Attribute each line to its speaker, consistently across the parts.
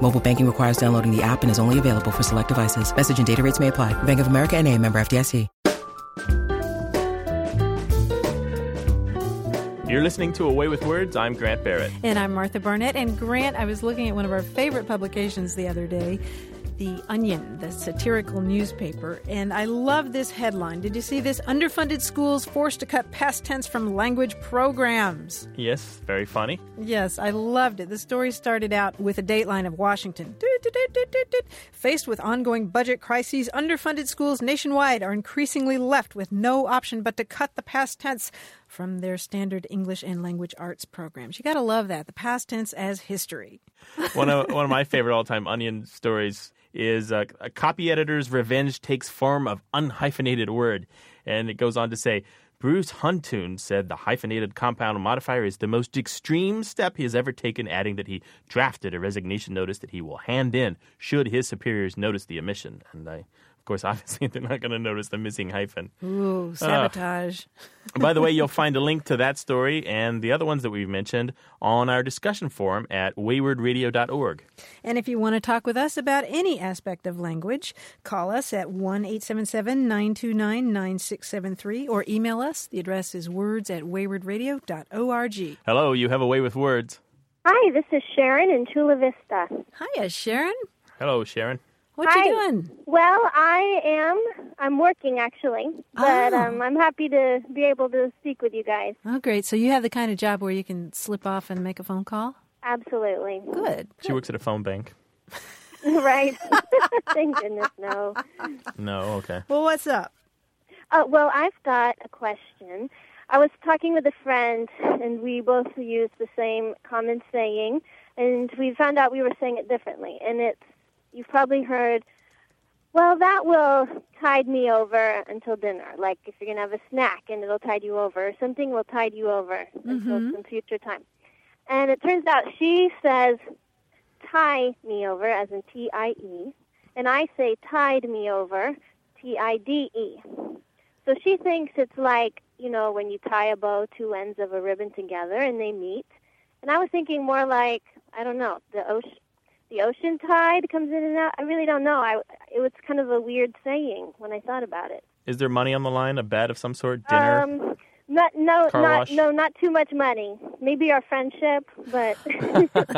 Speaker 1: Mobile banking requires downloading the app and is only available for select devices. Message and data rates may apply. Bank of America and a member FDIC.
Speaker 2: You're listening to Away with Words. I'm Grant Barrett.
Speaker 3: And I'm Martha Barnett. And Grant, I was looking at one of our favorite publications the other day, The Onion, the satirical newspaper. And I love this headline. Did you see this? Underfunded schools forced to cut past tense from language programs.
Speaker 2: Yes, very funny.
Speaker 3: Yes, I loved it. The story started out with a dateline of Washington. Doot, doot, doot, doot, doot, doot. Faced with ongoing budget crises, underfunded schools nationwide are increasingly left with no option but to cut the past tense from their standard English and language arts programs. You got to love that. The past tense as history.
Speaker 2: One of one of my favorite all-time Onion stories is uh, a copy editor's revenge takes form of unhyphenated word, and it goes on to say. Bruce Huntoon said the hyphenated compound modifier is the most extreme step he has ever taken, adding that he drafted a resignation notice that he will hand in should his superiors notice the omission. And I, of course, obviously, they're not going to notice the missing hyphen.
Speaker 3: Ooh, sabotage.
Speaker 2: By the way, you'll find a link to that story and the other ones that we've mentioned on our discussion forum at waywardradio.org.
Speaker 3: And if you want to talk with us about any aspect of language, call us at 1 877 929 9673 or email us. The address is words at waywardradio.org.
Speaker 2: Hello, you have a way with words.
Speaker 4: Hi, this is Sharon in Chula Vista.
Speaker 3: Hiya, Sharon.
Speaker 2: Hello, Sharon.
Speaker 3: What
Speaker 4: Hi.
Speaker 3: you doing?
Speaker 4: Well, I am. I'm working actually, but
Speaker 3: Oh.
Speaker 4: um, I'm happy to be able to speak with you guys.
Speaker 3: Oh, great. So you have the kind of job where you can slip off and make a phone call?
Speaker 4: Absolutely.
Speaker 3: Good.
Speaker 2: She works at a phone bank.
Speaker 4: right. Thank goodness, no.
Speaker 2: No, okay.
Speaker 3: Well, what's up?
Speaker 4: Uh, well, I've got a question. I was talking with a friend, and we both use the same common saying, and we found out we were saying it differently. And it's you've probably heard, well, that will tide me over until dinner. Like if you're gonna have a snack, and it'll tide you over. Something will tide you over until some future time. And it turns out she says, tie me over, as in T I E, and I say tide me over, T I D E. So she thinks it's like, you know, when you tie a bow, two ends of a ribbon together and they meet. And I was thinking more like, I don't know, the ocean the ocean tide comes in and out. I really don't know. I it was kind of a weird saying when I thought about it.
Speaker 2: Is there money on the line? A bet of some sort? Dinner?
Speaker 4: Um not no
Speaker 2: Car
Speaker 4: not
Speaker 2: wash?
Speaker 4: no not too much money. Maybe our friendship, but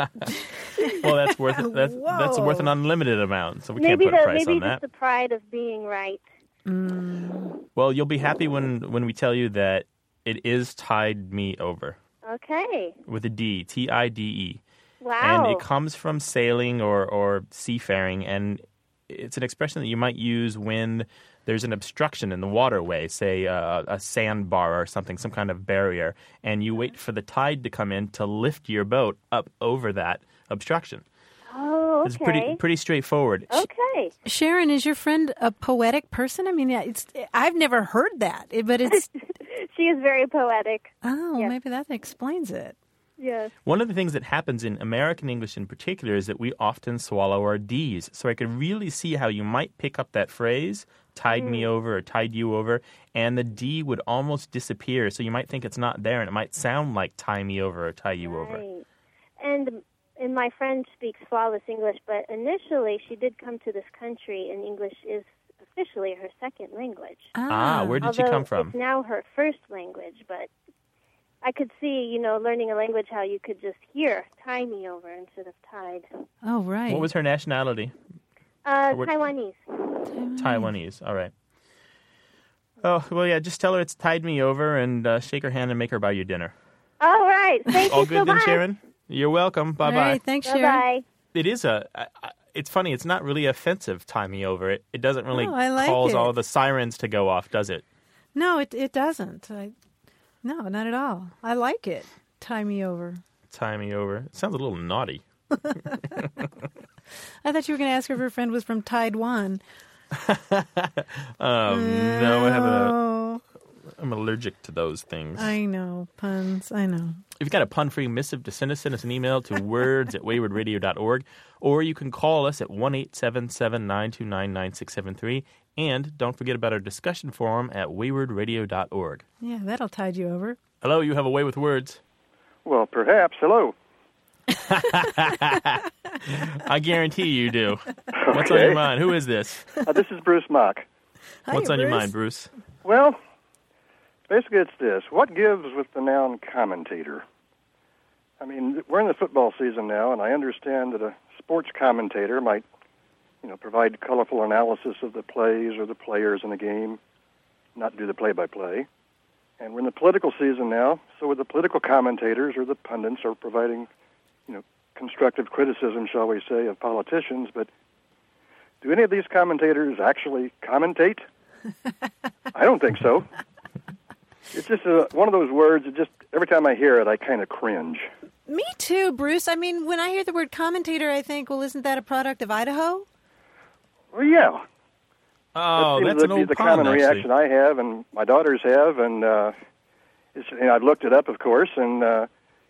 Speaker 2: well, that's worth that's that's
Speaker 3: Whoa.
Speaker 2: worth an unlimited amount. So we
Speaker 4: maybe
Speaker 2: can't put a
Speaker 4: the
Speaker 2: price
Speaker 4: maybe
Speaker 2: on
Speaker 4: just
Speaker 2: that.
Speaker 4: the pride of being right.
Speaker 2: Well, you'll be happy when when we tell you that it is tide me over
Speaker 4: Okay.
Speaker 2: with a D, T I D E,
Speaker 4: Wow.
Speaker 2: and it comes from sailing or or seafaring, and it's an expression that you might use when there's an obstruction in the waterway, say uh, a sandbar or something, some kind of barrier, and you
Speaker 4: Uh-huh.
Speaker 2: wait for the tide to come in to lift your boat up over that obstruction.
Speaker 4: oh, okay.
Speaker 2: It's pretty pretty straightforward.
Speaker 4: okay.
Speaker 3: Sharon, is your friend a poetic person? I mean, yeah, it's I've never heard that, it- but it's
Speaker 4: She is very poetic.
Speaker 3: oh, maybe that explains it.
Speaker 4: Yes.
Speaker 2: One of the things that happens in American English in particular is that we often swallow our D's. So I could really see how you might pick up that phrase, tide me
Speaker 3: Hmm.
Speaker 2: over or tide you over, and the D would almost disappear. So you might think it's not there and it might sound like tie me over or tie you over.
Speaker 4: Right. And and my friend speaks flawless English, but initially she did come to this country, and English is officially her second language.
Speaker 2: Ah, where did
Speaker 4: Although
Speaker 2: she come
Speaker 4: It's
Speaker 2: from?
Speaker 4: now her first language, but I could see, you know, learning a language how you could just hear "tie me over" instead of "tied."
Speaker 3: Oh, right.
Speaker 2: What was her nationality?
Speaker 4: Uh,
Speaker 2: What-
Speaker 4: Taiwanese.
Speaker 2: Taiwanese. All right. Oh, well, yeah, just tell her it's tied me over and uh, shake her hand and make her buy you dinner.
Speaker 4: All right. Thank
Speaker 2: All
Speaker 4: you so
Speaker 2: good then,
Speaker 4: much.
Speaker 2: Sharon? You're welcome. Bye
Speaker 3: All
Speaker 2: bye.
Speaker 3: right, thanks,
Speaker 4: Bye
Speaker 3: Sharon.
Speaker 4: bye.
Speaker 2: it is a. I- I- It's funny. It's not really offensive. Time me over it. It doesn't really
Speaker 3: No, I like
Speaker 2: cause
Speaker 3: it.
Speaker 2: all the sirens to go off, does it?
Speaker 3: No, it it doesn't. I, no, not at all. I like it. Tie me over.
Speaker 2: Time me over. It sounds a little naughty.
Speaker 3: I thought you were going to ask her if her friend was from Taiwan.
Speaker 2: Oh no! What happened allergic to those things.
Speaker 3: I know puns. I know.
Speaker 2: If you've got a pun-free missive to send us, send us an email to words at waywardradio.org, or you can call us at 1-877-929-9673. And don't forget about our discussion forum at waywardradio.org.
Speaker 3: Yeah, that'll tide you over.
Speaker 2: Hello, you have a way with words.
Speaker 5: Well, perhaps. Hello.
Speaker 2: I guarantee you do. What's on your
Speaker 5: Okay.
Speaker 2: mind? Who is this?
Speaker 5: Uh, this is Bruce Mock.
Speaker 3: Hi,
Speaker 2: What's on your
Speaker 3: Bruce.
Speaker 2: mind, Bruce?
Speaker 5: Well, basically, it's this: what gives with the noun commentator? I mean, we're in the football season now, and I understand that a sports commentator might, you know, provide colorful analysis of the plays or the players in the game, not do the play-by-play. And we're in the political season now, so the political commentators or the pundits are providing, you know, constructive criticism, shall we say, of politicians. But do any of these commentators actually commentate? I don't think so. It's just uh one of those words. It just every time I hear it, I kind of cringe.
Speaker 3: Me too, Bruce. I mean, when I hear the word commentator, I think, well, isn't that a product of Idaho?
Speaker 5: Well, yeah,
Speaker 2: Oh,
Speaker 5: seems
Speaker 2: that's
Speaker 5: to
Speaker 2: an
Speaker 5: be
Speaker 2: old
Speaker 5: the
Speaker 2: pun,
Speaker 5: common
Speaker 2: actually.
Speaker 5: reaction I have, and my daughters have, and uh, it's, you know, I've looked it up, of course, and uh,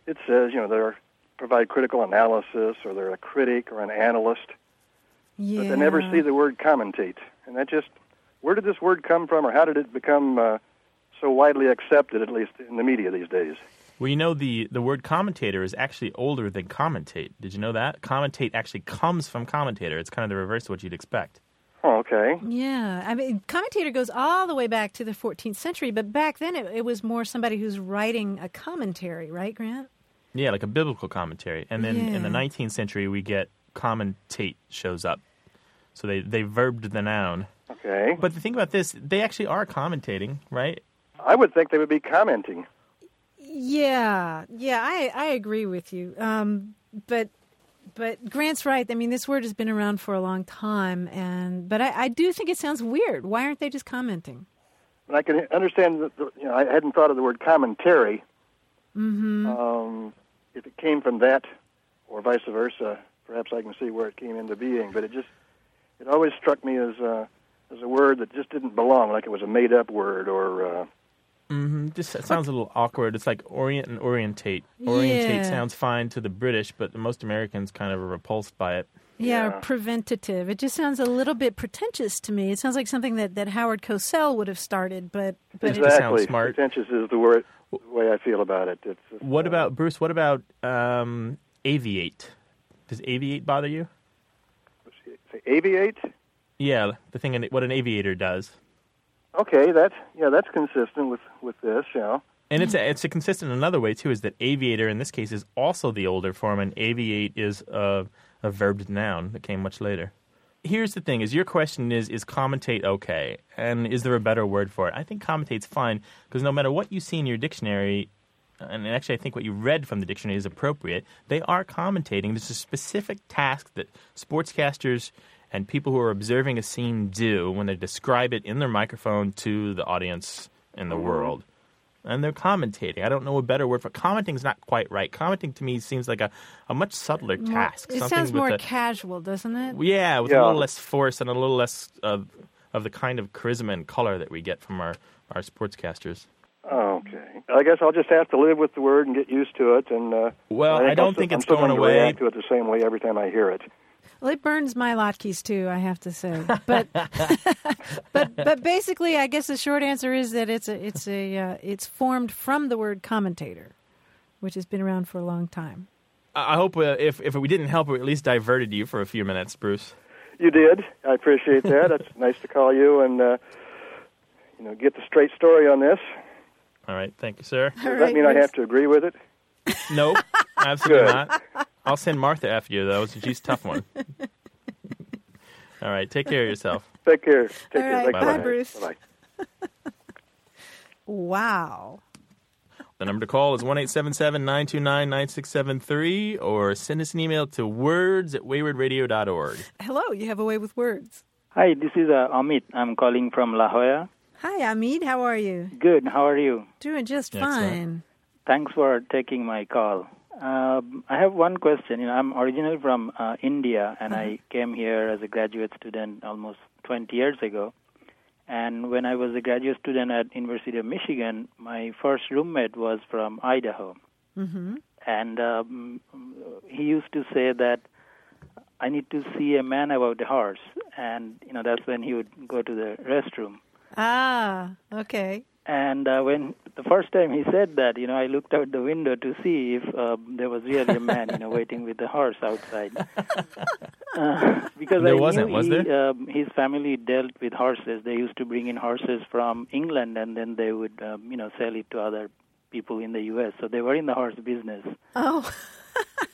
Speaker 5: it says you know they're provide critical analysis, or they're a critic or an analyst,
Speaker 3: Yeah.
Speaker 5: but they never see the word commentate, and that just where did this word come from, or how did it become uh, so widely accepted, at least in the media these days?
Speaker 2: Well, you know the the word commentator is actually older than commentate. Did you know that? Commentate actually comes from commentator. It's kind of the reverse of what you'd expect.
Speaker 5: Oh, okay.
Speaker 3: Yeah, I mean, commentator goes all the way back to the 14th century, but back then it, it was more somebody who's writing a commentary, right, Grant?
Speaker 2: Yeah, like a biblical commentary. And then in the
Speaker 3: Yeah.
Speaker 2: 19th century, we get commentate shows up. So they they verbed the noun.
Speaker 5: Okay.
Speaker 2: But the thing about this, they actually are commentating, right?
Speaker 5: I would think they would be commenting.
Speaker 3: Yeah, yeah, I, I agree with you. Um, but but Grant's right. I mean, this word has been around for a long time, and but I, I do think it sounds weird. Why aren't they just commenting?
Speaker 5: And I can understand that, the, you know, I hadn't thought of the word commentary. Mm-hmm. Um, if it came from that or vice versa, perhaps I can see where it came into being. But it just, it always struck me as, uh, as a word that just didn't belong, like it was a made up word or, uh,
Speaker 2: It just it Mm-hmm. sounds a little awkward. It's like orient and orientate. Orientate
Speaker 3: Yeah.
Speaker 2: sounds fine to the British, but most Americans kind of are repulsed by it.
Speaker 3: Yeah,
Speaker 5: Yeah.
Speaker 3: Or preventative. It just sounds a little bit pretentious to me. It sounds like something that, that Howard Cosell would have started, but but
Speaker 2: Exactly.
Speaker 3: it,
Speaker 2: sounds smart.
Speaker 5: Pretentious is the word, the way I feel about it. It's, it's,
Speaker 2: What
Speaker 5: uh,
Speaker 2: about Bruce? What about um, aviate? Does aviate bother you?
Speaker 5: say, aviate?
Speaker 2: Yeah, the thing in, what an aviator does,
Speaker 5: Okay, that's, yeah, that's consistent with, with this, you know.
Speaker 2: and it's a, it's a consistent another way too is that aviator in this case is also the older form, and aviate is a, a verbed noun that came much later. Here's the thing: is your question is is commentate okay, and is there a better word for it? I think commentate's fine because no matter what you see in your dictionary. And actually, I think what you read from the dictionary is appropriate. They are commentating. There's a specific task that sportscasters and people who are observing a scene do when they describe it in their microphone to the audience and the world and they're commentating. I don't know a better word for commenting is not quite right. Commenting to me seems like a, a much subtler task.
Speaker 3: it
Speaker 2: something
Speaker 3: sounds
Speaker 2: with
Speaker 3: more
Speaker 2: a,
Speaker 3: casual, doesn't it?
Speaker 2: yeah, with a
Speaker 5: Yeah.
Speaker 2: little less force and a little less of of the kind of charisma and color that we get from our our sportscasters.
Speaker 5: Okay. I guess I'll just have to live with the word and get used to it. And uh,
Speaker 2: Well, I
Speaker 5: I'll
Speaker 2: don't
Speaker 5: still-
Speaker 2: think
Speaker 5: I'm
Speaker 2: it's
Speaker 5: still
Speaker 2: going
Speaker 5: going to
Speaker 2: away.
Speaker 5: react to it the same way every time I hear it.
Speaker 3: Well, it burns my latkes too, I have to say. But but but basically, I guess the short answer is that it's a it's a uh, it's formed from the word commentator, which has been around for a long time.
Speaker 2: I I hope uh, if if we didn't help, we at least diverted you for a few minutes, Bruce.
Speaker 5: You did. I appreciate that. That's nice to call you and uh, you know get the straight story on this.
Speaker 2: All right, thank you, sir.
Speaker 5: Does
Speaker 3: right,
Speaker 5: that mean I
Speaker 3: Bruce.
Speaker 5: have to agree with it?
Speaker 2: No, absolutely
Speaker 5: Good.
Speaker 2: not. I'll send Martha after you though. She's a tough one. All right, take care of yourself.
Speaker 5: Take care. Take care.
Speaker 3: right.
Speaker 5: Likewise.
Speaker 2: Bye,
Speaker 3: Bruce.
Speaker 5: Bye-bye.
Speaker 3: Wow.
Speaker 2: The number to call is 1 877 929 9673 or send us an email to words at waywardradio.org.
Speaker 3: Hello, you have a way with words.
Speaker 6: Hi, this is uh, Amit. I'm calling from La Jolla.
Speaker 3: Hi, Amid. How are you?
Speaker 6: Good. How are you?
Speaker 3: Doing just
Speaker 2: Excellent.
Speaker 3: fine.
Speaker 6: Thanks for taking my call. Um, I have one question. You know, I'm originally from uh, India, and I came here as a graduate student almost 20 years ago. And when I was a graduate student at University of Michigan, my first roommate was from Idaho,
Speaker 3: hmm
Speaker 6: and um, he used to say that I need to see a man about a horse, and you know that's when he would go to the restroom.
Speaker 3: Ah, okay.
Speaker 6: And uh, when the first time he said that, you know, I looked out the window to see if uh, there was really a man, you know, waiting with the horse outside. Uh, because
Speaker 2: There
Speaker 6: I
Speaker 2: wasn't,
Speaker 6: knew
Speaker 2: was
Speaker 6: he, um, his family dealt with horses. They used to bring in horses from England, and then they would, um, you know, sell it to other people in the U.S. So they were in the horse business.
Speaker 3: Oh,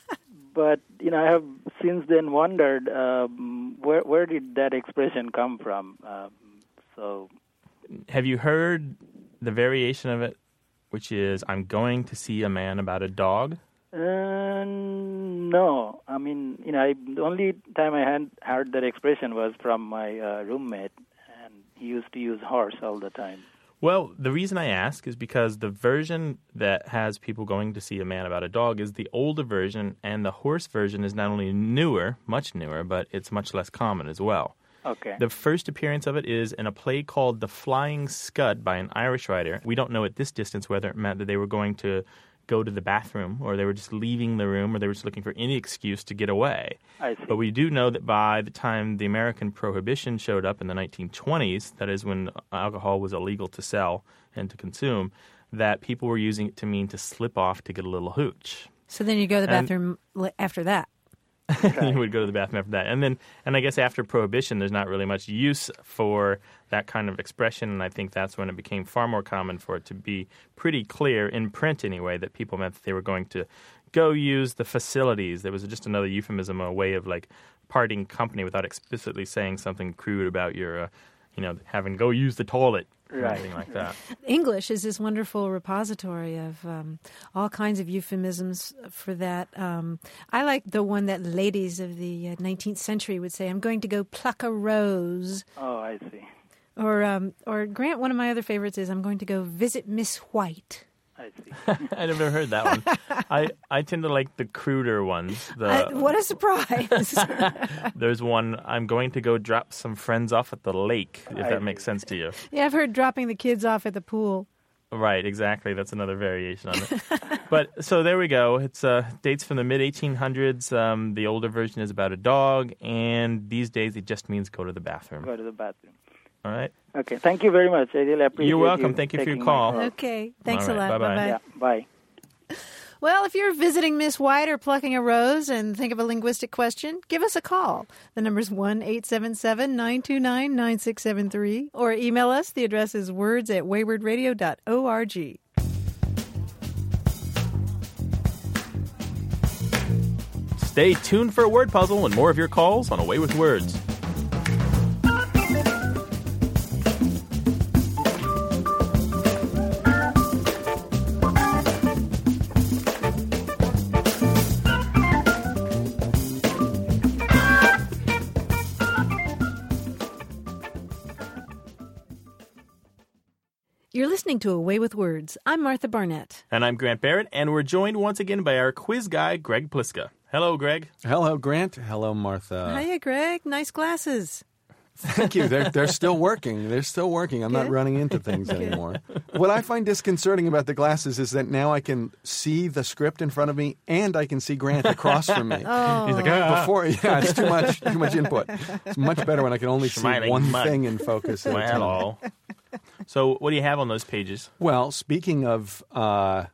Speaker 6: But you know, I have since then wondered um, where where did that expression come from. Um, so
Speaker 2: Have you heard the variation of it, which is I'm going to see a man about a dog?
Speaker 6: Uh, no, I mean, you know, I, the only time I had heard that expression was from my uh, roommate, and he used to use horse all the time.
Speaker 2: Well, the reason I ask is because the version that has people going to see a man about a dog is the older version, and the horse version is not only newer, much newer, but it's much less common as well.
Speaker 6: Okay.
Speaker 2: The first appearance of it is in a play called The Flying Scud by an Irish writer. We don't know at this distance whether it meant that they were going to go to the bathroom or they were just leaving the room or they were just looking for any excuse to get away.
Speaker 6: I see.
Speaker 2: But we do know that by the time the American Prohibition showed up in the 1920s, that is when alcohol was illegal to sell and to consume, that people were using it to mean to slip off to get a little hooch.
Speaker 3: so then you go to the
Speaker 2: And-
Speaker 3: bathroom li after that.
Speaker 2: you would go to the bathroom after that. And then, and I guess after prohibition, there's not really much use for that kind of expression. And I think that's when it became far more common for it to be pretty clear in print, anyway, that people meant that they were going to go use the facilities. There was just another euphemism, a way of like parting company without explicitly saying something crude about your, uh, you know, having to go use the toilet. Or
Speaker 6: Right.
Speaker 2: anything like that.
Speaker 3: English is this wonderful repository of um, all kinds of euphemisms for that. Um, I like the one that ladies of the uh, 19th century would say, I'm going to go pluck a rose.
Speaker 6: Oh, I see.
Speaker 3: Or, um, or Grant, one of my other favorites is, I'm going to go visit Miss White.
Speaker 6: I see.
Speaker 2: I've never heard that one. I, I tend to like the cruder ones. The,
Speaker 3: I- what a surprise!
Speaker 2: There's one. I'm going to go drop some friends off at the lake, if that makes sense to you.
Speaker 3: yeah, I've heard dropping the kids off at the pool.
Speaker 2: Right, exactly. That's another variation on it. but so there we go. It's uh, dates from the mid 1800s. Um, the older version is about a dog, and these days it just means go to the bathroom.
Speaker 6: Go to the bathroom.
Speaker 2: All right.
Speaker 6: Okay. Thank you very much. I really appreciate
Speaker 2: You're welcome.
Speaker 6: you
Speaker 2: Thank you for your
Speaker 6: taking my
Speaker 2: call.
Speaker 3: Okay, thanks
Speaker 2: All
Speaker 3: a
Speaker 2: right,
Speaker 3: lot.
Speaker 2: bye-bye.
Speaker 6: Yeah. Bye.
Speaker 3: Well, if you're visiting Miss White or plucking a rose and think of a linguistic question, give us a call. The number's 1 877 929 9673 or email us. The address is words at waywardradio.org.
Speaker 2: Stay tuned for a word puzzle and more of your calls on Away with Words.
Speaker 3: You're listening to Away with Words. I'm Martha Barnett.
Speaker 2: And I'm Grant Barrett, and we're joined once again by our quiz guy, Greg Pliska. Hello, Greg.
Speaker 7: Hello, Grant. Hello, Martha.
Speaker 3: Hiya, Greg. Nice glasses.
Speaker 7: Thank you. They're, they're still working. They're still working. I'm not
Speaker 3: Good.
Speaker 7: running into things anymore. What I find disconcerting about the glasses is that now I can see the script in front of me and I can see Grant across from me.
Speaker 2: He's like, ah,
Speaker 7: Before, yeah, it's too much, too much input. It's much better when I can only see
Speaker 2: Smiling
Speaker 7: one
Speaker 2: mug.
Speaker 7: thing in focus at a time.
Speaker 2: well. So, what do you have on those pages?
Speaker 7: Well, speaking of uh,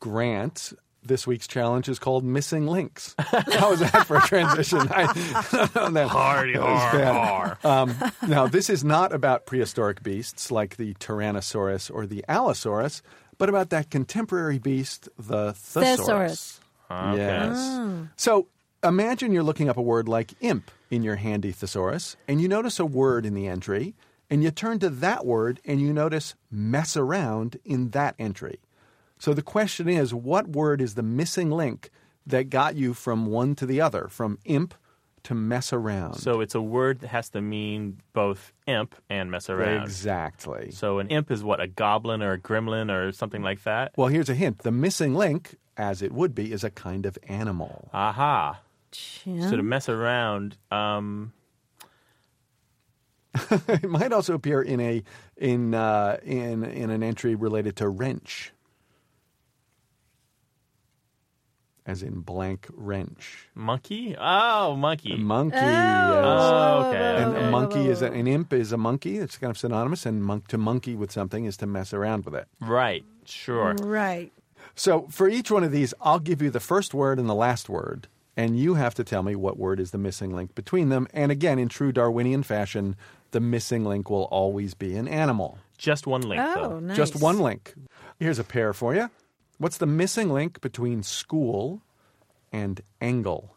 Speaker 7: Grant, this week's challenge is called Missing Links. How was that for a transition? I, that,
Speaker 2: Hardy,
Speaker 7: that was
Speaker 2: har,
Speaker 7: bad.
Speaker 2: har.
Speaker 7: Um, now, this is not about prehistoric beasts like the Tyrannosaurus or the Allosaurus, but about that contemporary beast, the Thesaurus.
Speaker 3: Thesaurus.
Speaker 2: Okay.
Speaker 7: Yes. So imagine you're looking up a word like imp in your handy thesaurus, and you notice a word in the entry, and you turn to that word and you notice mess around in that entry. So the question is what word is the missing link that got you from one to the other, from imp to mess around?
Speaker 2: So it's a word that has to mean both imp and mess around.
Speaker 7: Exactly.
Speaker 2: So an imp is what a goblin or a gremlin or something like that.
Speaker 7: Well, here's a hint the missing link, as it would be, is a kind of animal.
Speaker 2: Aha!
Speaker 3: Jim.
Speaker 2: So to mess around, um,
Speaker 7: it might also appear in a in uh, in in an entry related to wrench, as in blank wrench.
Speaker 2: Monkey? Oh, monkey.
Speaker 7: Monkey. yes.
Speaker 2: Oh, okay.
Speaker 7: and
Speaker 2: okay.
Speaker 7: a monkey is a, an imp is a monkey. It's kind of synonymous, and monk to monkey with something is to mess around with it.
Speaker 2: Right. Sure.
Speaker 3: Right.
Speaker 7: So for each one of these, I'll give you the first word and the last word, and you have to tell me what word is the missing link between them. And again, in true Darwinian fashion, the missing link will always be an animal.
Speaker 2: Just one link,
Speaker 3: Oh,
Speaker 2: though.
Speaker 3: nice.
Speaker 7: Just one link. Here's a pair for you. What's the missing link between school and angle?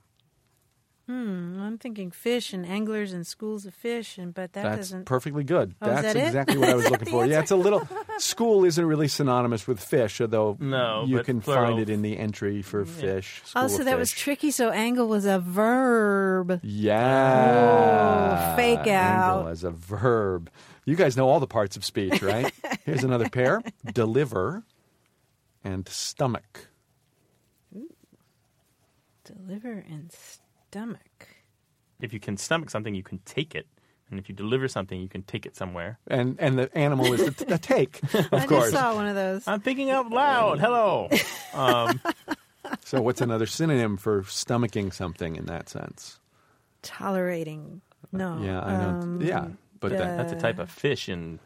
Speaker 3: Hmm, I'm thinking fish and anglers and schools of fish, and but that
Speaker 7: That's
Speaker 3: doesn't.
Speaker 7: perfectly good.
Speaker 3: Oh, is
Speaker 7: That's
Speaker 3: that it?
Speaker 7: exactly what I was looking for. Yeah, it's a little. School isn't really synonymous with fish, although
Speaker 2: No,
Speaker 7: you
Speaker 2: but
Speaker 7: can
Speaker 2: plural.
Speaker 7: find it in the entry for fish. School
Speaker 3: oh,
Speaker 7: of
Speaker 3: so that was
Speaker 7: fish.
Speaker 3: tricky. So angle was a verb.
Speaker 7: Yeah.
Speaker 3: Oh, fake
Speaker 7: Angle
Speaker 3: out.
Speaker 7: as a verb. You guys know all the parts of speech, right? Here's another pair deliver and stomach.
Speaker 3: Deliver and stomach.
Speaker 2: If you can stomach something, you can take it. And if you deliver something, you can take it somewhere.
Speaker 7: And, and the animal is a, a take, of
Speaker 3: I
Speaker 7: course.
Speaker 3: just saw one of those.
Speaker 2: I'm thinking out loud. Oh, Hello. Um,
Speaker 7: So, what's another synonym for stomaching something in that sense?
Speaker 3: Tolerating.
Speaker 2: Uh,
Speaker 3: No.
Speaker 7: Yeah, I know.
Speaker 3: um,
Speaker 7: yeah, but that,
Speaker 2: That's a type of fish in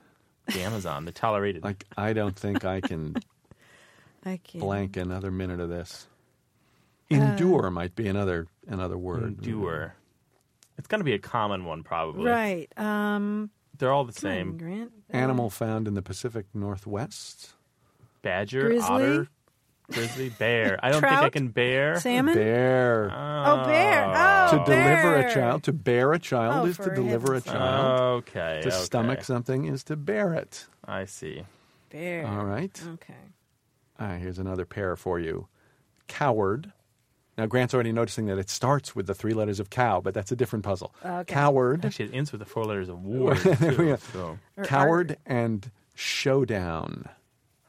Speaker 2: the Amazon, the tolerated.
Speaker 7: like I don't think I can
Speaker 3: I can't.
Speaker 7: blank another minute of this.
Speaker 2: Uh,
Speaker 7: Endure might be another another word.
Speaker 2: doer. It's going to be a common one, probably.
Speaker 3: Right. Um,
Speaker 2: They're all the
Speaker 3: come on,
Speaker 2: same.
Speaker 3: Grant.
Speaker 7: Animal found in the Pacific Northwest.
Speaker 2: Badger,
Speaker 3: Grizzly?
Speaker 2: otter, grizzly, bear. I don't think I
Speaker 3: Trout?
Speaker 2: can bear.
Speaker 3: Salmon.
Speaker 7: Bear.
Speaker 3: Oh, bear. Oh,
Speaker 7: to deliver a
Speaker 3: bear.
Speaker 7: child, to bear a
Speaker 3: Oh,
Speaker 7: child is to
Speaker 3: for
Speaker 7: deliver a
Speaker 3: heaven's
Speaker 7: child.
Speaker 2: okay.
Speaker 7: to
Speaker 2: okay.
Speaker 7: stomach something is to bear it.
Speaker 2: I see.
Speaker 3: Bear.
Speaker 7: All right.
Speaker 3: Okay.
Speaker 7: All right, here's another pair for you. Coward. Now, Grant's already noticing that it starts with the three letters of cow, but that's a different puzzle.
Speaker 3: Oh, Okay.
Speaker 7: Coward,
Speaker 2: Actually, it ends with the four letters of war. too, so.
Speaker 3: Or
Speaker 7: coward, and showdown.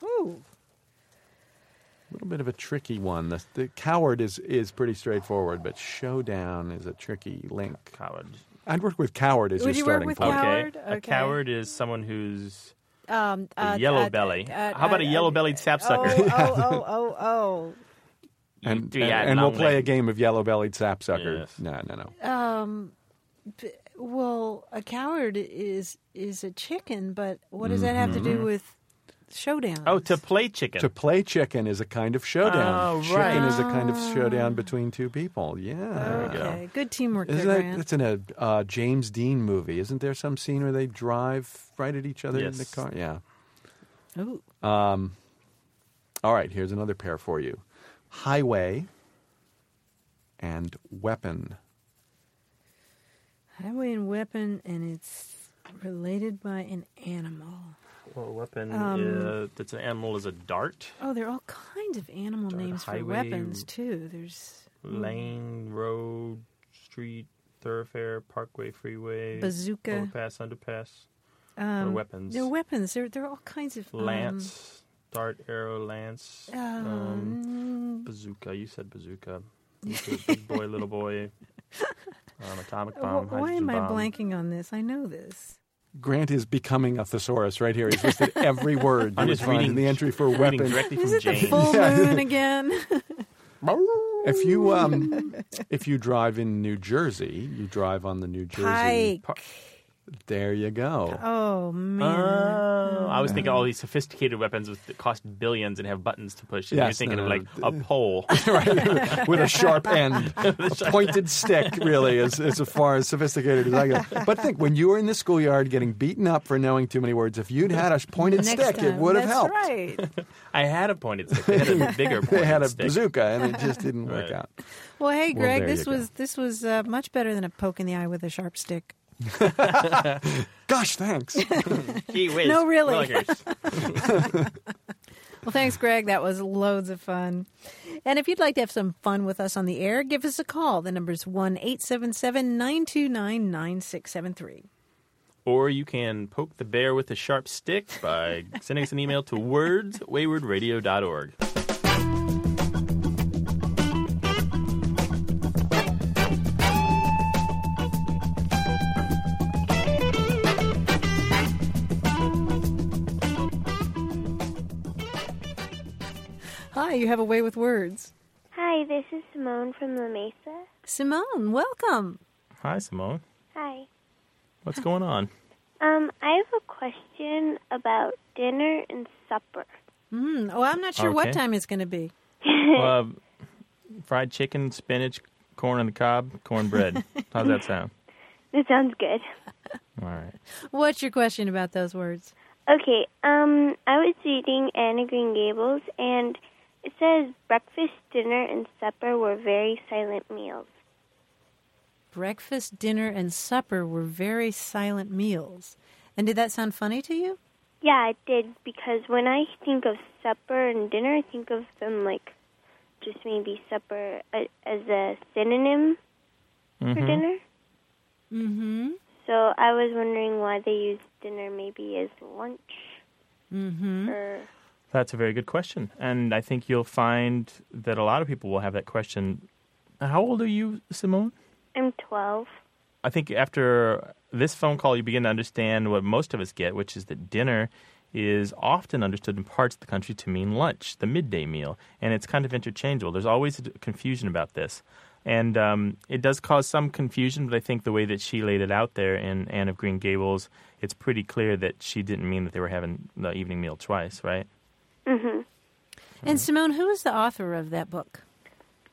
Speaker 3: Ooh.
Speaker 7: A little bit of a tricky one. The, the coward is, is pretty straightforward, but showdown is a tricky link.
Speaker 2: Coward. Uh,
Speaker 7: I'd work with coward as
Speaker 3: Would
Speaker 7: your
Speaker 3: you work
Speaker 7: starting
Speaker 3: with
Speaker 7: point.
Speaker 3: cow- Coward,
Speaker 2: A
Speaker 3: okay.
Speaker 2: coward is someone who's
Speaker 3: Um,
Speaker 2: a
Speaker 3: uh,
Speaker 2: yellow
Speaker 3: uh,
Speaker 2: belly.
Speaker 3: uh,
Speaker 2: How about a
Speaker 3: uh,
Speaker 2: yellow bellied
Speaker 3: Oh,
Speaker 2: sapsucker?
Speaker 3: oh, oh, oh, oh.
Speaker 2: You
Speaker 7: And, and,
Speaker 2: three-eyed
Speaker 7: and we'll
Speaker 2: long
Speaker 7: play a
Speaker 2: leg.
Speaker 7: game of yellow bellied sapsucker.
Speaker 2: Yes.
Speaker 7: No, no, no.
Speaker 3: oh. Um, Well, a coward is is a chicken, but what does that have to
Speaker 2: Mm-hmm.
Speaker 3: do with showdown?
Speaker 2: Oh, to play chicken.
Speaker 7: To play chicken is a kind of showdown.
Speaker 2: Oh,
Speaker 7: Chicken
Speaker 2: right.
Speaker 7: is a kind of showdown between two people. Yeah.
Speaker 2: we go.
Speaker 3: okay. Good teamwork
Speaker 7: Isn't
Speaker 3: there,
Speaker 7: that,
Speaker 3: Grant.
Speaker 7: that's in a uh, James Dean movie. Isn't there some scene where they drive right at each other in the
Speaker 2: Yes.
Speaker 7: car? Yeah. Um,
Speaker 3: Ooh.
Speaker 7: All right, here's another pair for you highway and weapon.
Speaker 3: Highway and weapon, and it's related by an animal.
Speaker 2: Well, weapon
Speaker 3: Um,
Speaker 2: uh, that's an animal is a dart,
Speaker 3: Oh, there are all kinds of animal
Speaker 2: Dart
Speaker 3: names for
Speaker 2: highway-
Speaker 3: weapons too. There's
Speaker 2: lane, road, street, thoroughfare, parkway, freeway,
Speaker 3: Bazooka.
Speaker 2: overpass, underpass,
Speaker 3: um,
Speaker 2: or weapons,
Speaker 3: There are weapons. There, there are all kinds of um,
Speaker 2: lance, dart, arrow, lance, um,
Speaker 3: um,
Speaker 2: bazooka. You said bazooka. You said big boy, little boy, um, atomic bomb.
Speaker 3: uh, wh- why am
Speaker 2: hydrogen
Speaker 3: I
Speaker 2: bomb.
Speaker 3: blanking on this? I know this.
Speaker 7: Grant is becoming a thesaurus right here. He's listed every word
Speaker 2: I'm
Speaker 7: you would
Speaker 2: just
Speaker 7: find
Speaker 2: reading
Speaker 7: in the entry for
Speaker 2: reading
Speaker 7: weapon.
Speaker 2: directly
Speaker 3: Is
Speaker 2: from
Speaker 3: it
Speaker 2: James.
Speaker 3: the full moon again?
Speaker 7: If you um, if you drive in New Jersey, you drive on the New Jersey.
Speaker 3: Pike.
Speaker 7: There you go.
Speaker 3: Oh man.
Speaker 2: Oh, I was thinking all these sophisticated weapons with- that cost billions and have buttons to push. And you're
Speaker 7: Yes,
Speaker 2: thinking
Speaker 7: no,
Speaker 2: of like
Speaker 7: no,
Speaker 2: a pole.
Speaker 7: right? With a sharp end, a pointed stick, really, is, is as far as sophisticated as I go. But think, when you were in the schoolyard getting beaten up for knowing too many words, if you'd had a pointed
Speaker 3: Next
Speaker 7: stick, it
Speaker 3: time.
Speaker 7: would have
Speaker 3: That's
Speaker 7: helped.
Speaker 3: right.
Speaker 2: I had a pointed stick. They had a bigger pointed
Speaker 7: They had a
Speaker 2: stick.
Speaker 7: bazooka, and it just didn't work
Speaker 2: Right.
Speaker 7: out.
Speaker 3: Well, hey,
Speaker 7: Well,
Speaker 3: Greg,
Speaker 7: there you
Speaker 3: this
Speaker 7: go.
Speaker 3: was this was uh, much better than a poke in the eye with a sharp stick.
Speaker 7: Gosh, thanks.
Speaker 2: Gee whiz,
Speaker 3: No, really.
Speaker 2: Willikers.
Speaker 3: Well, thanks, Greg. That was loads of fun. And if you'd like to have some fun with us on the air, give us a call. The number's 1 877 929 9673.
Speaker 2: Or you can poke the bear with a sharp stick by sending us an email to words at waywardradio.org.
Speaker 3: Hi, you have a way with words.
Speaker 4: Hi, this is Simone from La Mesa.
Speaker 3: Simone, welcome.
Speaker 2: Hi, Simone.
Speaker 4: Hi.
Speaker 2: What's going on?
Speaker 4: Um, I have a question about dinner and supper.
Speaker 3: Mm, oh, I'm not sure what
Speaker 2: Okay.
Speaker 3: time it's going to be.
Speaker 2: well, uh, fried chicken, spinach, corn on the cob, cornbread. How's that sound?
Speaker 4: That sounds good.
Speaker 2: All right.
Speaker 3: What's your question about those words?
Speaker 4: Okay, um, I was reading Anna Green Gables, and it says breakfast, dinner, and supper were very silent meals.
Speaker 3: Breakfast, dinner, and supper were very silent meals. And did that sound funny to you?
Speaker 4: Yeah, it did, because when I think of supper and dinner, I think of them like just maybe supper uh, as a synonym for dinner.
Speaker 3: Mm-hmm.
Speaker 4: So I was wondering why they use dinner maybe as lunch.
Speaker 3: Hmm?
Speaker 4: Mm-hmm. Or,
Speaker 2: That's a very good question. And I think you'll find that a lot of people will have that question. How old are you, Simone?
Speaker 4: I'm 12.
Speaker 2: I think after this phone call, you begin to understand what most of us get, which is that dinner is often understood in parts of the country to mean lunch, the midday meal, and it's kind of interchangeable. There's always a d- confusion about this. And um, it does cause some confusion, but I think the way that she laid it out there in Anne of Green Gables, it's pretty clear that she didn't mean that they were having the evening meal twice, right?
Speaker 4: Mm-hmm.
Speaker 3: And Simone, who is the author of that book?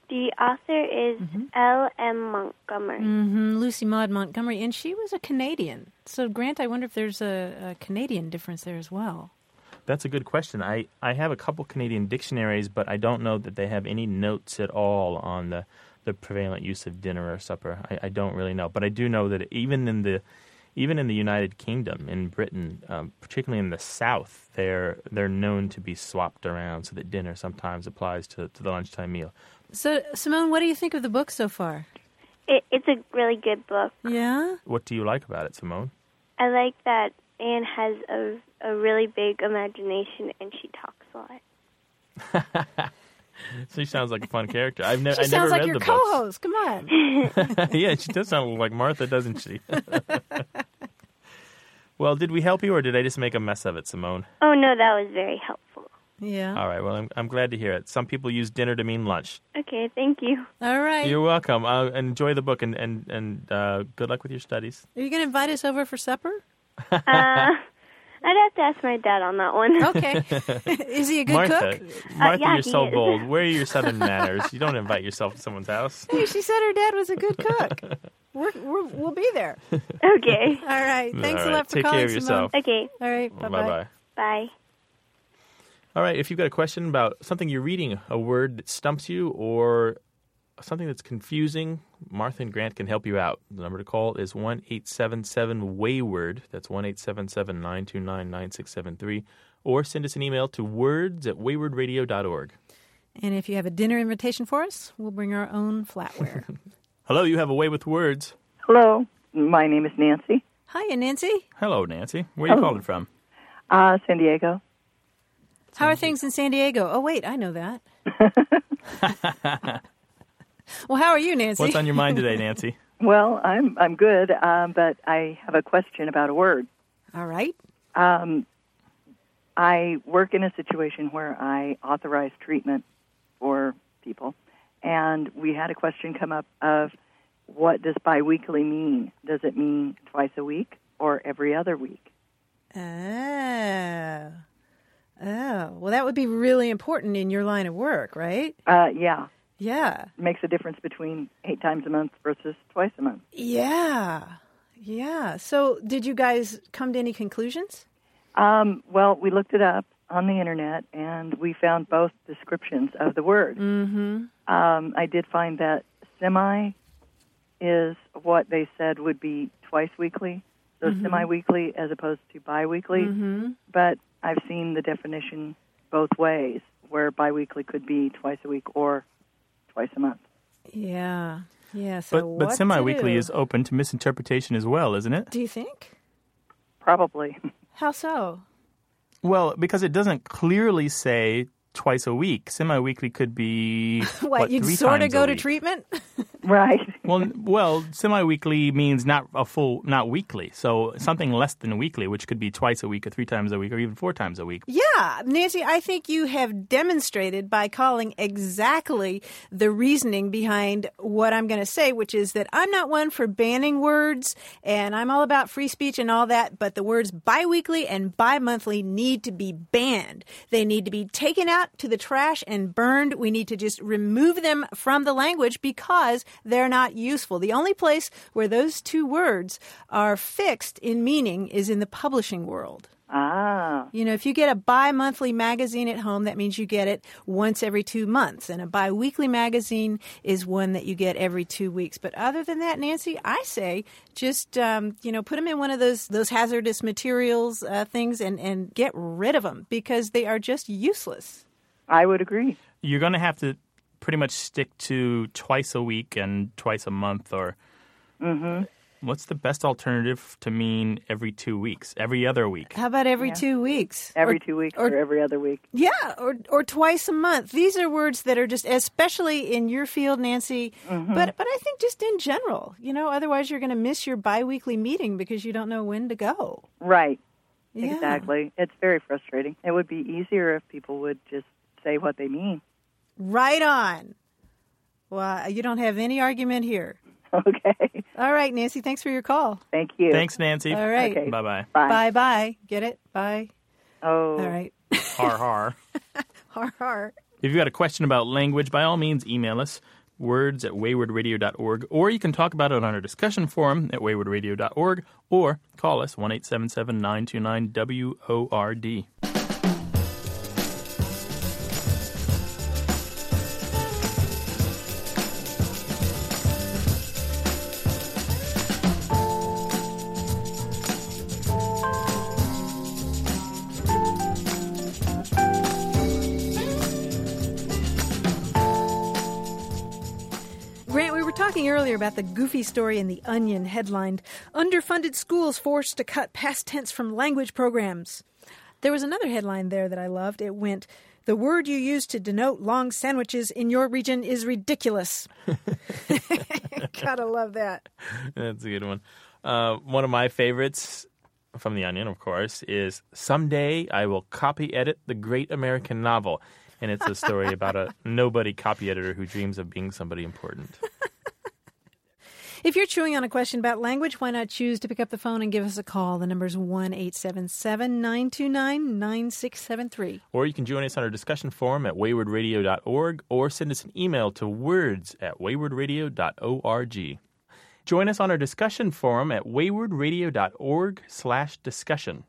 Speaker 4: The author is L.M. Montgomery.
Speaker 3: hmm Lucy Maud Montgomery, and she was a Canadian. So, Grant, I wonder if there's a, a Canadian difference there as well.
Speaker 2: That's a good question. I, I have a couple Canadian dictionaries, but I don't know that they have any notes at all on the, the prevalent use of dinner or supper. I, I don't really know, but I do know that even in the even in the United Kingdom, in Britain, um, particularly in the South, they're they're known to be swapped around, so that dinner sometimes applies to, to the lunchtime meal.
Speaker 3: So, Simone, what do you think of the book so far?
Speaker 4: It, it's a really good book.
Speaker 3: Yeah?
Speaker 2: What do you like about it, Simone?
Speaker 4: I like that Anne has a, a really big imagination and she talks a lot.
Speaker 2: She sounds like a fun character. I've never
Speaker 3: She
Speaker 2: I never
Speaker 3: sounds like
Speaker 2: read
Speaker 3: your
Speaker 2: the books.
Speaker 3: co-host. Come on.
Speaker 2: yeah, she does sound like Martha, doesn't she? well, did we help you, or did I just make a mess of it, Simone?
Speaker 4: Oh no, that was very helpful.
Speaker 3: yeah.
Speaker 2: All right. Well, I'm, I'm glad to hear it. Some people use dinner to mean lunch.
Speaker 4: Okay, thank you.
Speaker 3: All right.
Speaker 2: You're welcome. Uh, enjoy the book, and and and uh, good luck with your studies.
Speaker 3: Are you going to invite us over for supper?
Speaker 4: Uh, I'd have to ask my dad on that one.
Speaker 3: Okay. is he a good
Speaker 2: Martha,
Speaker 3: cook?
Speaker 2: Martha,
Speaker 4: Uh, yeah,
Speaker 2: you're
Speaker 4: he
Speaker 2: so
Speaker 4: is.
Speaker 2: bold. Where are your southern manners? You don't invite yourself to someone's house.
Speaker 3: Hey, she said her dad was a good cook. we're, we're, we'll be there. All
Speaker 4: Okay.
Speaker 3: right. Thanks
Speaker 2: All
Speaker 3: a
Speaker 2: right.
Speaker 3: lot for
Speaker 2: Take
Speaker 3: calling,
Speaker 2: care of yourself.
Speaker 3: Simone.
Speaker 4: Okay,
Speaker 3: All right. Bye
Speaker 2: bye.
Speaker 4: bye.
Speaker 2: All right, if you've got a question about something you're reading, a word that stumps you, or something that's confusing, Martha and Grant can help you out. The number to call is one eight seven seven Wayward. That's 1 929 9673. Or send us an email to words at waywardradio.org.
Speaker 3: And if you have a dinner invitation for us, we'll bring our own flatware.
Speaker 2: Hello, you have a way with words.
Speaker 8: Hello, my name is Nancy,
Speaker 3: Hi, Nancy.
Speaker 2: Hello, Nancy. Where are you calling from?
Speaker 8: uh, San Diego.
Speaker 3: How are things in San Diego? Oh, wait, I know that. well, how are you, Nancy?
Speaker 2: What's on your mind today, Nancy?
Speaker 8: Well, I'm I'm good, um, but I have a question about a word. Um,
Speaker 3: All right.
Speaker 8: I work in a situation where I authorize treatment for people, and we had a question come up of what does biweekly mean? Does it mean twice a week or every other week?
Speaker 3: Oh. Oh. Well, that would be really important in your line of work, right?
Speaker 8: Uh, yeah,
Speaker 3: Yeah.
Speaker 8: makes a difference between eight times a month versus twice a month.
Speaker 3: Yeah. Yeah. So, did you guys come to any conclusions?
Speaker 8: Um, well, we looked it up on the internet and we found both descriptions of the word.
Speaker 3: Mm.
Speaker 8: Mm-hmm. Um, I did find that semi is what they said would be twice weekly, so
Speaker 3: Mm-hmm.
Speaker 8: semi weekly as opposed to bi weekly. But I've seen the definition both ways, where bi weekly could be twice a week or twice a month.
Speaker 3: Yeah. Yeah. So,
Speaker 2: But,
Speaker 3: what
Speaker 2: but
Speaker 3: to
Speaker 2: semi weekly
Speaker 3: do?
Speaker 2: is open to misinterpretation as well, isn't it?
Speaker 3: Do you think?
Speaker 8: Probably.
Speaker 3: How so?
Speaker 2: Well, because it doesn't clearly say twice a week. Semi weekly could be
Speaker 3: What, you'd
Speaker 2: three
Speaker 3: sort of
Speaker 2: times a
Speaker 3: go to
Speaker 2: week.
Speaker 3: treatment?
Speaker 8: Right.
Speaker 2: Well, n- well, semi-weekly means not a full, not weekly. So something less than weekly, which could be twice a week, or three times a week, or even four times a week.
Speaker 3: Yeah, Nancy, I think you have demonstrated by calling exactly the reasoning behind what I'm going to say, which is that I'm not one for banning words and I'm all about free speech and all that, but the words biweekly and bi-monthly need to be banned. They need to be taken out to the trash and burned. We need to just remove them from the language because they're not useful. The only place where those two words are fixed in meaning is in the publishing world.
Speaker 8: Ah.
Speaker 3: You know, if you get a bi monthly magazine at home, that means you get it once every two months. And a bi weekly magazine is one that you get every two weeks. But other than that, Nancy, I say just, um, you know, put them in one of those, those hazardous materials uh, things and, and get rid of them because they are just useless.
Speaker 8: I would agree.
Speaker 2: You're going to have to pretty much stick to twice a week and twice a month, or
Speaker 8: Mm-hmm.
Speaker 2: what's the best alternative to mean every two weeks, every other week?
Speaker 3: How about every two weeks?
Speaker 8: Every
Speaker 3: Or-
Speaker 8: two weeks
Speaker 3: or-
Speaker 8: or, every other week.
Speaker 3: Yeah, or or twice a month. These are words that are just, especially in your field, Nancy.
Speaker 8: Mm-hmm.
Speaker 3: But but I think just in general, you know, otherwise you're going to miss your biweekly meeting because you don't know when to go.
Speaker 8: Right.
Speaker 3: Yeah.
Speaker 8: Exactly. It's very frustrating. It would be easier if people would just say what they mean.
Speaker 3: Right on. Well, uh, you don't have any argument here.
Speaker 8: Okay.
Speaker 3: All right, Nancy. Thanks for your call.
Speaker 8: Thank you.
Speaker 2: Thanks, Nancy.
Speaker 3: All right.
Speaker 8: Okay.
Speaker 2: Bye bye.
Speaker 8: Bye.
Speaker 3: Bye bye. Get it? Bye.
Speaker 8: Oh.
Speaker 3: All right.
Speaker 2: Har har.
Speaker 3: Har har.
Speaker 2: If you've got a question about language, by all means, email us words at waywardradio.org, or you can talk about it on our discussion forum at waywardradio.org, or call us 1 877 929 WORD.
Speaker 3: Grant, we were talking earlier about the goofy story in The Onion headlined Underfunded Schools Forced to Cut Past Tense from Language Programs. There was another headline there that I loved. It went, The word you use to denote long sandwiches in your region is ridiculous. Gotta love that.
Speaker 2: That's a good one. Uh, one of my favorites from The Onion, of course, is Someday I Will Copy Edit the Great American Novel. And it's a story about a nobody copy editor who dreams of being somebody important.
Speaker 3: If you're chewing on a question about language, why not choose to pick up the phone and give us a call? The number's 1 877 929 9673.
Speaker 2: Or you can join us on our discussion forum at waywardradio.org or send us an email to words at waywardradio.org. Join us on our discussion forum at waywardradio.org slash discussion.